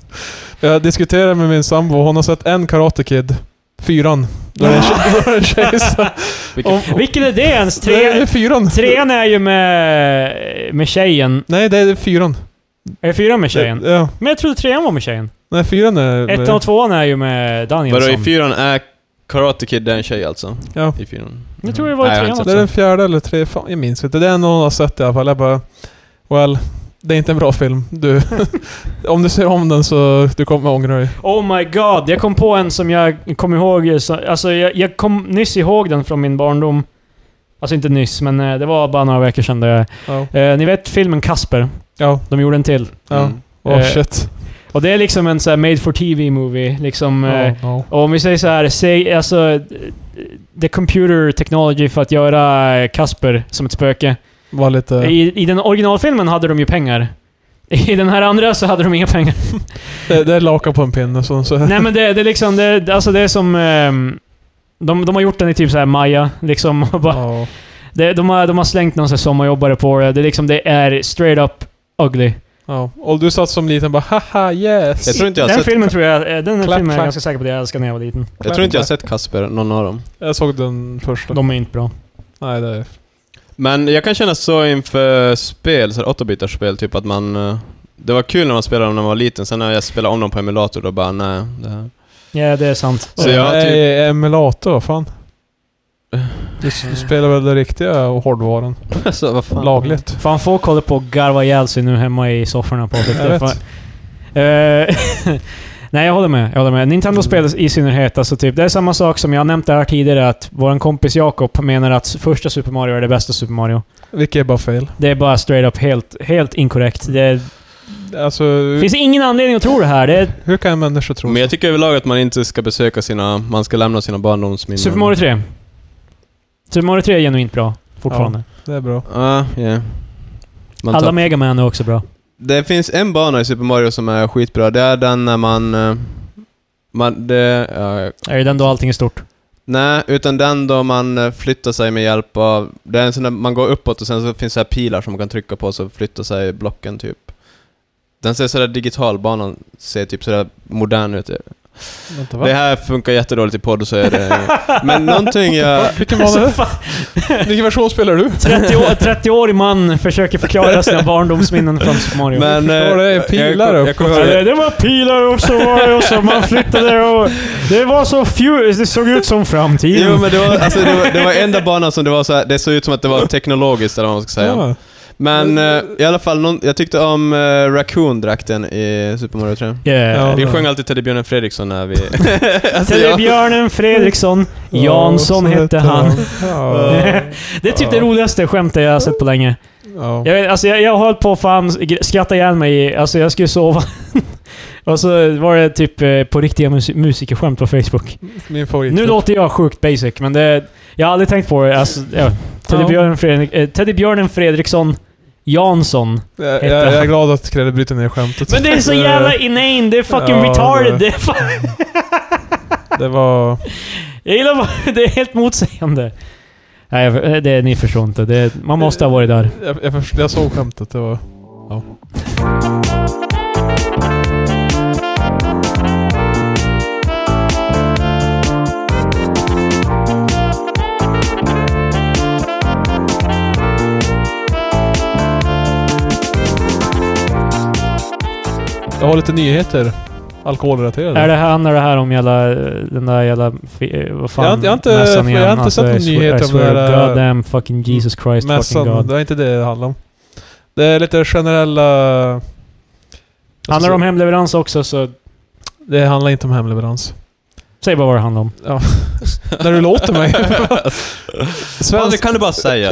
S2: Jag diskuterade med min sambo, hon har sett en Karate Kid, fyran. Då är det en tjej- då är det en tjej som-
S1: Vilken-
S2: om-
S3: Vilken är det ens?
S2: Nej, det är
S3: Ah! Tre,
S2: fyran.
S3: trean är ju med, med tjejen.
S2: Nej, det är fyran.
S3: Är det fyran med tjejen?
S2: Ja.
S3: Men jag trodde trean var med tjejen.
S2: Nej, fyran är...
S3: Ettan och tvåan är ju med
S1: Vadå, i
S3: Danielsson.
S1: fyran är Karate Kid den tjej alltså?
S2: Ja.
S1: I fyran. Mm.
S3: Jag tror det var i
S1: Nej, jag har
S3: trean
S1: inte
S2: Det
S1: sett den.
S2: är den fjärde eller tre, fan jag minns inte. Det är en hon har sett i alla fall. Jag bara... Well, det är inte en bra film. Du, om du ser om den så du kommer ångra dig.
S3: Oh my god, jag kom på en som jag kom ihåg. så- Alltså jag, jag kom nyss ihåg den från min barndom. Alltså inte nyss, men eh, det var bara några veckor sedan. Det.
S2: Ja.
S3: Eh, ni vet filmen Kasper?
S2: Ja.
S3: De gjorde en till.
S2: Ja.
S1: Mm.
S2: Oh
S3: Eh,
S2: shit.
S3: Och det är liksom en så här made for TV-movie. Liksom, eh,
S2: Ja, ja.
S3: Och om vi säger så här, säg, alltså... eh, The computer technology för att göra eh, Kasper som ett spöke.
S2: Var lite...
S3: I, I den originalfilmen hade de ju pengar. I den här andra så hade de inga pengar.
S2: Det, det är lakan på en pinne. Så, så.
S3: Nej men det, det är liksom, det, det- alltså det är som... ehm, de, de har gjort den i typ så här Maya, liksom. och Bara,
S2: Ja.
S3: det, de, har, de har slängt någon så här sommarjobbare på det. Det är liksom, det är straight up ugly.
S2: ja. Och du satt som liten bara haha yes.
S1: Jag tror inte jag har
S3: den
S1: sett-
S3: filmen tror jag, eh, den
S2: Klack,
S3: filmen är jag
S2: klack.
S3: ganska säker på att jag älskade när jag var liten.
S1: Jag tror inte jag har sett Kasper, någon av dem.
S2: Jag såg den första.
S3: De är inte bra.
S2: Nej, det är...
S1: Men jag kan känna så inför spel, så här 8 spel typ att man... eh, Det var kul när man spelade dem när man var liten, sen när jag spelade om dem på emulator då bara nej, det här.
S3: Ja, det är sant.
S1: Så jag har
S2: Nej,
S1: typ-
S2: emulator, vad fan. Du s- du spelar väl det riktiga och hårdvaran?
S1: Alltså vad fan.
S2: Lagligt.
S3: Fan, folk håller på att garva ihjäl sig nu hemma i sofforna på
S2: Jag vet.
S3: Eh, Nej, jag håller med. Jag håller med. Nintendo-spel i synnerhet, alltså typ, det är samma sak som jag har nämnt det här tidigare, att vår kompis Jakob menar att första Super Mario är det bästa Super Mario.
S2: Vilket är bara fel.
S3: Det är bara straight up helt, helt inkorrekt. Det
S2: Alltså,
S3: finns ingen anledning att tro det här. Det är
S2: hur kan en människa tro
S1: Men
S2: så?
S1: jag tycker överlag att man inte ska besöka sina, man ska lämna sina barndomsminnen.
S3: Super Mario 3. Super Mario 3 är genuint bra, fortfarande.
S2: Det är bra.
S1: Ja, yeah. Man
S3: Alla
S1: tar-
S3: Mega Man är också bra.
S1: Det finns en bana i Super Mario som är skitbra, det är den när man... eh, man det, ja,
S3: Är det den då allting är stort?
S1: Nej, utan den då man eh, flyttar sig med hjälp av... Det är en sån där, man går uppåt och sen så finns det här pilar som man kan trycka på så flyttar sig blocken typ. Den ser sådär digital, banan ser typ sådär modern ut. Det
S2: Vänta, va?
S1: här funkar jättedåligt i podd så är det... Men någonting jag...
S2: Vilken var det? Vilken version spelar du?
S3: 30 år, 30-årig man försöker förklara sina barndomsminnen från Super Mario.
S1: Men...
S2: förstår
S1: eh,
S2: det,
S1: jag-
S2: pilar
S1: jag,
S2: upp.
S1: jag kommer
S3: Ja,
S1: ihåg-
S3: Det, det var pilar och så var det och så man flyttade och... Det var så fju- Det såg ut som framtiden.
S1: Jo men det var, alltså, det var, det var enda banan som det var så här, det såg ut som att det var teknologiskt eller vad man ska säga.
S2: Ja.
S1: Men eh, i alla fall, någon, jag tyckte om eh, Raccoon-drakten i Super Mario 3.
S3: Eh,
S2: Ja.
S1: Vi sjöng alltid Teddybjörnen Fredriksson när vi... alltså, jag-
S3: Teddybjörnen Fredriksson, Jansson
S2: Ja, så
S3: hette han.
S2: Ja.
S3: Det är typ det roligaste skämtet jag har sett på länge.
S2: Ja.
S3: Jag, alltså jag, jag höll på att fan gr- skratta ihjäl mig. i- Alltså jag skulle sova. och så var det typ eh, på riktiga mus- musikerskämt på Facebook.
S2: Min favorit.
S3: Nu låter jag sjukt basic, men det, jag har aldrig tänkt på det. Alltså, ja. Teddybjörnen Fredrik, eh, Teddybjörnen Fredriksson Jansson.
S2: Jag, jag, jag är glad att Krille bryter ner skämtet.
S3: Men det är så jävla inane, det är fucking
S2: Ja,
S3: retarded.
S2: det-
S3: Det är fan-
S2: Det var...
S3: jag gillar bara, det är helt motsägande. Nej, jag- det, ni förstår inte. Det, man måste ha varit där.
S2: Jag, jag, först, jag såg skämtet, det var... Ja. Jag har lite nyheter. Alkoholrelaterade.
S3: Är det här, handlar det här om jävla, den där jävla... fi- eh, Vad fan,
S2: Jag har inte- jag har inte-
S3: mässan
S2: jag har
S3: igen?
S2: inte sett någon
S3: I swear-
S2: nyhet
S3: I
S2: om
S3: swear
S2: det där,
S3: God damn fucking Jesus Christ
S2: Mässan, Alltså-
S3: fucking God.
S2: det är inte det det handlar om. Det är lite generella...
S3: Handlar det om hemleverans också så
S2: Det handlar inte om hemleverans.
S3: säg bara vad det handlar om.
S2: När du låter mig.
S1: Fan, Alltså, det
S2: Svensk,
S1: kan du bara säga.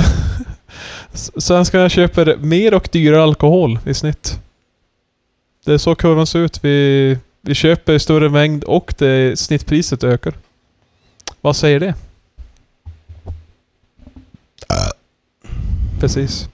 S2: svenskarna köper mer och dyrare alkohol i snitt. Det är så kurvan ser ut. Vi, vi köper i större mängd och det, snittpriset ökar. Vad säger det? Precis.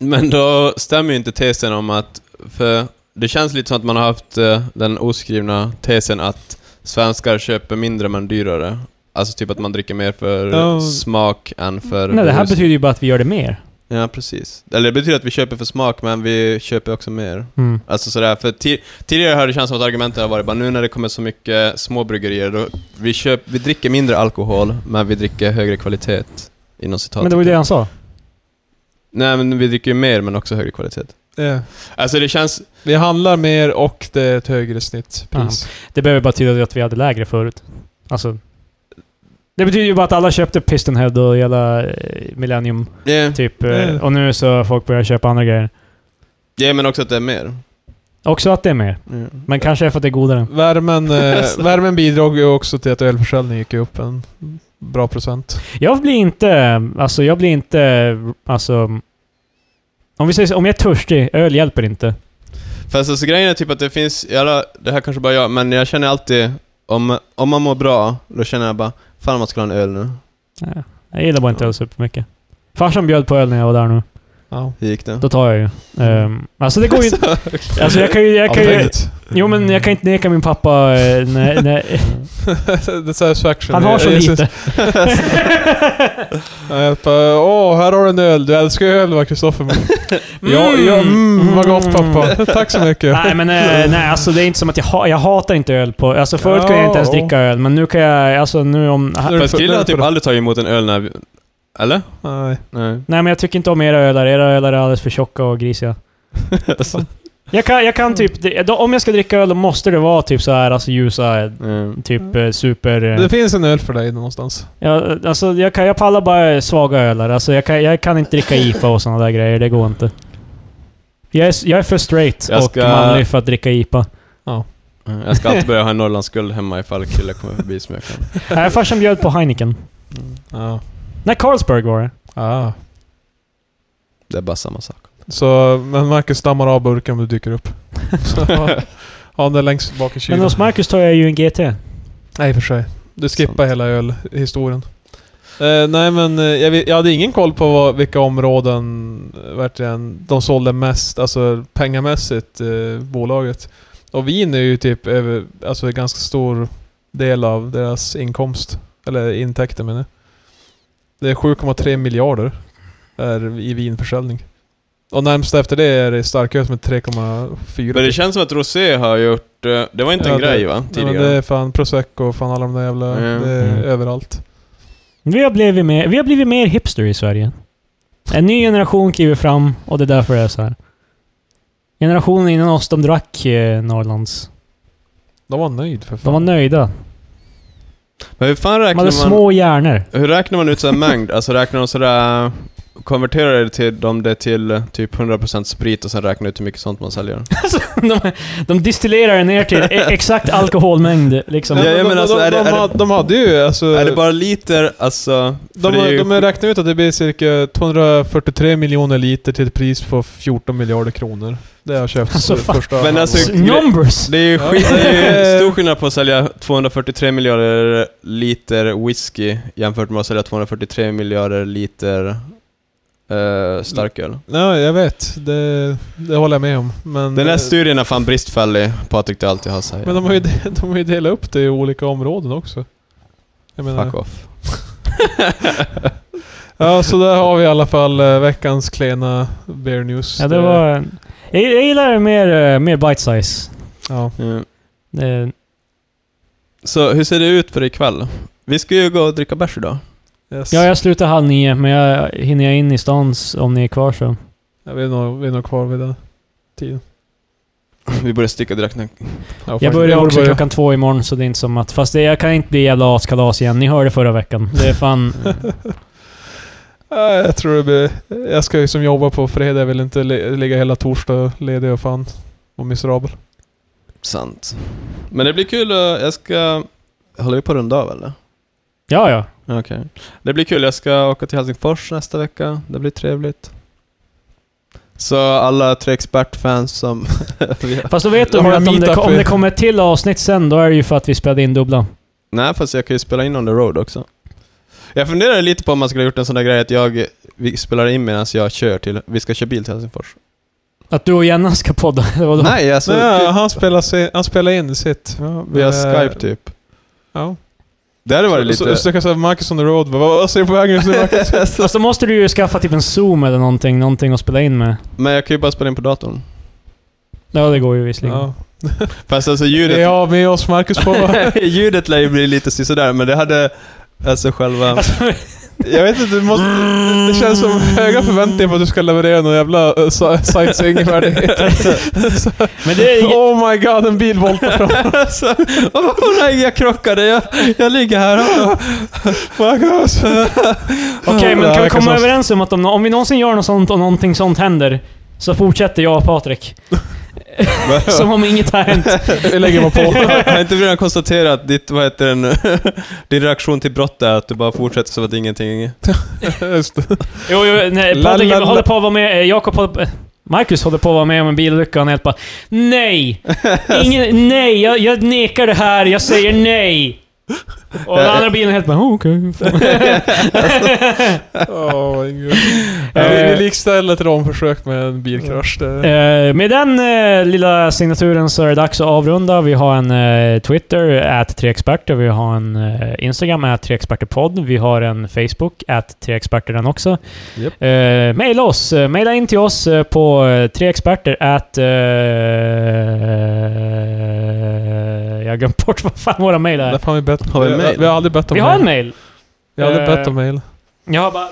S1: Men då stämmer ju inte tesen om att... För det känns lite som att man har haft eh, den oskrivna tesen att svenskar köper mindre men dyrare. Alltså typ att man dricker mer för
S2: Ja.
S1: smak än för...
S3: Nej, det här
S1: berusning.
S3: betyder ju bara att vi gör det mer.
S1: Ja, precis. Eller det betyder att vi köper för smak, men vi köper också mer.
S3: Mm.
S1: Alltså sådär, för ti- tidigare har det känts som att argumentet har varit bara nu när det kommer så mycket små bryggerier, då vi, köp, vi dricker mindre alkohol, men vi dricker högre kvalitet. Inom citat.
S3: Men det var ju det han sa.
S1: Nej, men vi dricker ju mer, men också högre kvalitet.
S2: Eh,
S1: Alltså det känns...
S2: Vi handlar mer och det är ett högre snittpris.
S3: Det behöver bara betyda att vi hade lägre förut. Alltså... Det betyder ju bara att alla köpte Pistonhead och hela eh, Millennium,
S1: Ja,
S3: typ. eh,
S2: Mm.
S3: Och nu så har folk börjar köpa andra grejer.
S1: ja men också att det är mer.
S3: Också att det är mer.
S1: Ja.
S2: Mm.
S3: Men kanske är för att det är godare.
S2: Värmen, eh, värmen bidrog ju också till att ölförsäljningen gick upp en bra procent.
S3: Jag blir inte... Alltså jag blir inte... Alltså... Om vi säger så, om jag är törstig, öl hjälper inte.
S1: Fast alltså grejen är typ att det finns, jävla, det här kanske bara jag, men jag känner alltid, om, om man mår bra, då känner jag bara, fan man skulle ha en öl nu.
S3: Nej, Jag gillar bara inte öl supermycket. Farsan bjöd på öl när jag var där nu.
S2: Ja.
S1: Hur gick det?
S3: Då tar jag ju. Ehm, alltså det går ju inte... Alltså jag kan ju... Jag kan ju
S2: Avtäckt.
S3: jo men jag kan inte neka min pappa... eh, Nej, nej.
S2: The satisfaction.
S3: Han har så
S2: Jag- jag-
S3: lite.
S2: Jag hjälper. Åh, här har du en öl. Du älskar ju öl va, Kristoffer?
S3: Mm.
S2: Ja, ja, mm, vad gott pappa. Tack så mycket.
S3: Nej men eh, nej, alltså det är inte som att jag, ha, jag hatar inte öl på... Alltså förut kunde jag inte ens
S2: Ja.
S3: dricka öl, men nu kan jag... Alltså nu om...
S2: Nu är det
S1: Fast
S2: för-
S1: killen har
S2: nu är det
S1: typ
S2: för-
S1: aldrig tagit emot en öl när vi, Eller?
S2: Nej.
S1: Nej.
S3: Nej men jag tycker inte om era ölar. Era ölar är alldeles för tjocka och grisiga. Alltså. Jag kan, jag kan typ... det- Om jag ska dricka öl då måste det vara typ så här, alltså ljusa,
S1: Mm.
S3: typ eh, super... eh,
S2: Det finns en öl för dig någonstans.
S3: Ja, alltså jag, kan, jag pallar bara svaga ölar. Alltså jag kan, jag kan inte dricka IPA och sådana där grejer. Det går inte. Jag är, s- jag är för straight
S1: Jag ska-
S3: och manlig för att dricka IPA.
S1: Mm, Jag ska alltid börja ha en Norrlandsguld hemma ifall killar kommer förbi som jag kan.
S3: Nej, farsan bjöd på Heineken.
S2: Ja.
S3: Nej, Carlsberg var det.
S2: ja.
S1: Det är bara samma sak.
S2: Så, men Marcus dammar av burken om du dyker upp. Så, ha- ha den där längst bak i
S3: Men
S2: kylen.
S3: hos Marcus tar jag ju en GT.
S2: Nej, i och för sig. Du skippar
S1: Sant.
S2: hela ölhistorien. Eh, nej men eh, jag, vet- jag hade ingen koll på vad, vilka områden eh, verkligen de sålde mest, alltså pengamässigt, eh, bolaget. Och vin är ju typ över, alltså en ganska stor del av deras inkomst. Eller intäkter menar jag. Det är 7,3 miljarder är i vinförsäljning. Och närmst efter det är det starköl som är 3,4.
S1: Men det känns som att Rosé har gjort... eh, Det var inte
S2: Ja,
S1: en
S2: det-
S1: grej va?
S2: typ. Ja, men
S1: Tidigare?
S2: det är fan prosecco och fan alla de där jävla...
S1: Mm.
S2: Det är
S3: Mm.
S2: överallt.
S3: Vi har, blivit mer, vi har blivit mer hipster i Sverige. En ny generation kliver fram och det är därför det är så här. Generationen innan oss, de drack eh, Norrlands.
S2: De var nöjd för
S3: De
S2: fan.
S3: var nöjda.
S1: Men hur fan
S3: De
S1: räknar
S3: hade
S1: man...
S3: små hjärnor.
S1: Hur räknar man ut sån här mängd? Alltså räknar de sådär... Konverterar det till, de det till eh, typ 100% sprit och sen räknar ut hur mycket sånt man säljer?
S3: De, de distillerar det ner till e- exakt alkoholmängd. Liksom.
S1: Ja, jag
S2: de,
S1: menar
S2: de,
S1: alltså,
S2: de,
S1: är det-
S2: de,
S1: är det-
S2: hade- de hade ju alltså...
S1: Är det bara liter, alltså...
S2: de,
S1: för det är
S2: de,
S1: ju-
S2: räknar ut att det blir cirka 243 miljoner liter till ett pris på 14 miljarder kronor. Det har köpts
S3: Alltså,
S2: alltså,
S3: fan.
S2: första...
S1: Men alltså-
S3: S-
S2: halvåret.
S3: Numbers!
S1: Det är ju
S2: Ja.
S1: skit, det är ju stor skillnad på att sälja 243 miljarder liter whisky jämfört med att sälja 243 miljarder liter eh, starköl.
S2: Ja, jag vet. Det, det håller jag med om. Men,
S1: Den där
S2: eh,
S1: studien är fan bristfällig, Patrik det alltid har sagt.
S2: men de har, ju, de- de har ju delat upp det i olika områden också. Jag menar,
S1: Fuck off.
S2: ja, så där har vi i alla fall eh, veckans klena bear news.
S3: Ja, det var... Jag, jag gillar det mer, eh, mer bite size. Eh,
S2: Ja.
S1: Mm.
S3: Det,
S1: Så hur ser det ut för ikväll? Vi ska ju gå och dricka bärs idag.
S2: Yes.
S3: ja, jag slutar halv nio, men jag hinner jag in i stan s- om ni är kvar så.
S2: Ja, vi, är nog, vi är nog kvar vid den tiden.
S1: Vi borde sticka direkt när...
S2: Ja,
S3: Jag
S2: fan,
S3: börjar
S2: jag
S3: också klockan två imorgon, så det är inte som att... Fast det, jag kan inte bli jävla askalas igen. Ni hörde förra veckan. Det är fan...
S2: Ja, jag tror det blir... Jag ska ju som jobba på fredag. Jag vill inte li- ligga hela torsdag ledig och fan och miserabel.
S1: Sant. Men det blir kul att... Jag ska... Håller vi på att runda av eller?
S3: Ja, ja.
S1: Okej. Det blir kul. Jag ska åka till Helsingfors nästa vecka. Det blir trevligt. Så alla tre expertfans som... vi har-
S3: Fast då vet
S2: De
S3: de ju
S2: har
S3: att om det,
S2: meetup
S3: om
S2: i-
S3: det kommer ett till avsnitt sen, då är det ju för att vi spelade in dubbla.
S1: Nej, fast jag kan ju spela in on the road också. Jag funderade lite på om man skulle ha gjort en sån där grej att jag vi spelar in medan jag kör till... Vi ska köra bil till Helsingfors.
S3: Att du och Jenna ska podda, det var då.
S1: Nej, alltså...
S2: Nej,
S1: typ,
S2: han, spelar si- han spelar in sitt. Ja,
S1: via
S2: eh,
S1: Skype typ.
S2: Ja.
S1: Det hade varit
S2: Så,
S1: lite...
S2: så jag kan säga Marcus on the road. Vad, vad ser du på vägen just nu Marcus?
S3: Fast då måste du ju skaffa typ en zoom eller någonting, någonting att spela in med.
S1: Men jag kan ju bara spela in på datorn.
S3: Ja, det går ju visserligen.
S2: ja.
S1: Fast alltså
S2: Det
S1: ljudet...
S2: är jag med oss Marcus på.
S1: ljudet lär ju bli lite sådär, men det hade... Alltså själva...
S2: jag vet inte, du måste, det känns som höga förväntningar på att du ska leverera någon jävla eh, si- sightseeing-värdighet.
S3: Men det är...
S2: oh my god, en bil voltar fram.
S1: alltså, oh, nej, jag krockade. Jag, jag ligger här.
S2: Marcus!
S3: Okej, men kan vi komma överens om att om, om vi någonsin gör något sånt och någonting sånt händer, så fortsätter jag och Patrik. Som om inget har hänt.
S2: Vi lägger mig på.
S1: Har inte vi redan konstaterat att ditt, vad heter den, din reaktion till brott är att du bara fortsätter som att ingenting...
S2: Just det.
S3: Jo, jo nej,
S2: La,
S3: Patrik
S2: la, la.
S3: håller på att vara med... eh, Jakob håller på... eh, Marcus håller på att vara med om en bilolycka och han helt bara Nej! Ingen, nej, jag, jag nekar det här, jag säger nej! Och den andra bilen helt bara "Oh, okej.
S2: Åh, vad Eh. gud. Ja, vi- Vi likställer ett ramförsök med en bilkrasch. Det-
S3: Eh, med den eh, lilla signaturen så är det dags att avrunda. Vi har en eh, Twitter, at treexperter. Vi har en eh, Instagram, at treexperterpodd. Vi har en Facebook, at treexperter den också.
S2: Japp.
S3: Eh, maila oss. Eh, maila in till oss eh, på eh, treexperter at... Eh, jag har glömt bort vad fan våra mail är.
S2: Därför har vi bett
S1: Har vi en
S2: vi,
S1: mail?
S2: vi har aldrig bett om
S3: Vi har en mail.
S2: Vi har aldrig
S3: Eh.
S2: bett om mail.
S3: Jag har bara...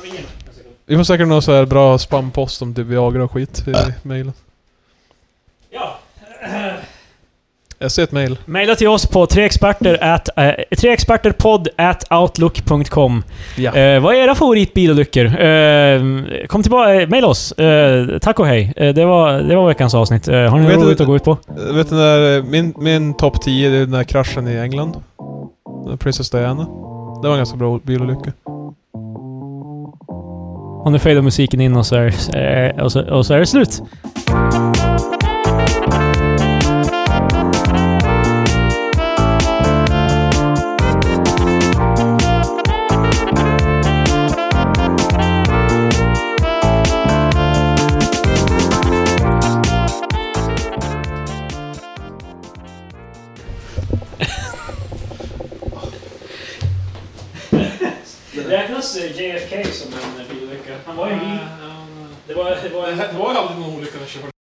S2: Vi får säkert någon så här bra spampost om typ Viagra och skit i
S1: Äh.
S2: mailen.
S3: Ja.
S2: Jag ser ett mail.
S3: Maila till oss på treexperter at, eh, treexperterpodd at outlook.com.
S2: Ja.
S3: Eh, vad är era favoritbilolyckor? Eh, kom tillbaka, eh, mejla oss. Eh, tack och hej. Eh, det, var, det var veckans avsnitt. Eh, har ni
S2: Vet
S3: något
S2: du-
S3: roligt att gå ut på?
S2: Vet du den där, eh, min, min topp 10 det är den där kraschen i England. Med Princess Diana. Det var en ganska bra bilolycka.
S3: Och nu fejdar musiken in och så är, eh, och så, och så är det slut. Räknas eh, JFK som en bilolycka? Han var ju... Det var, det var
S2: var ju aldrig någon olycka när jag körde.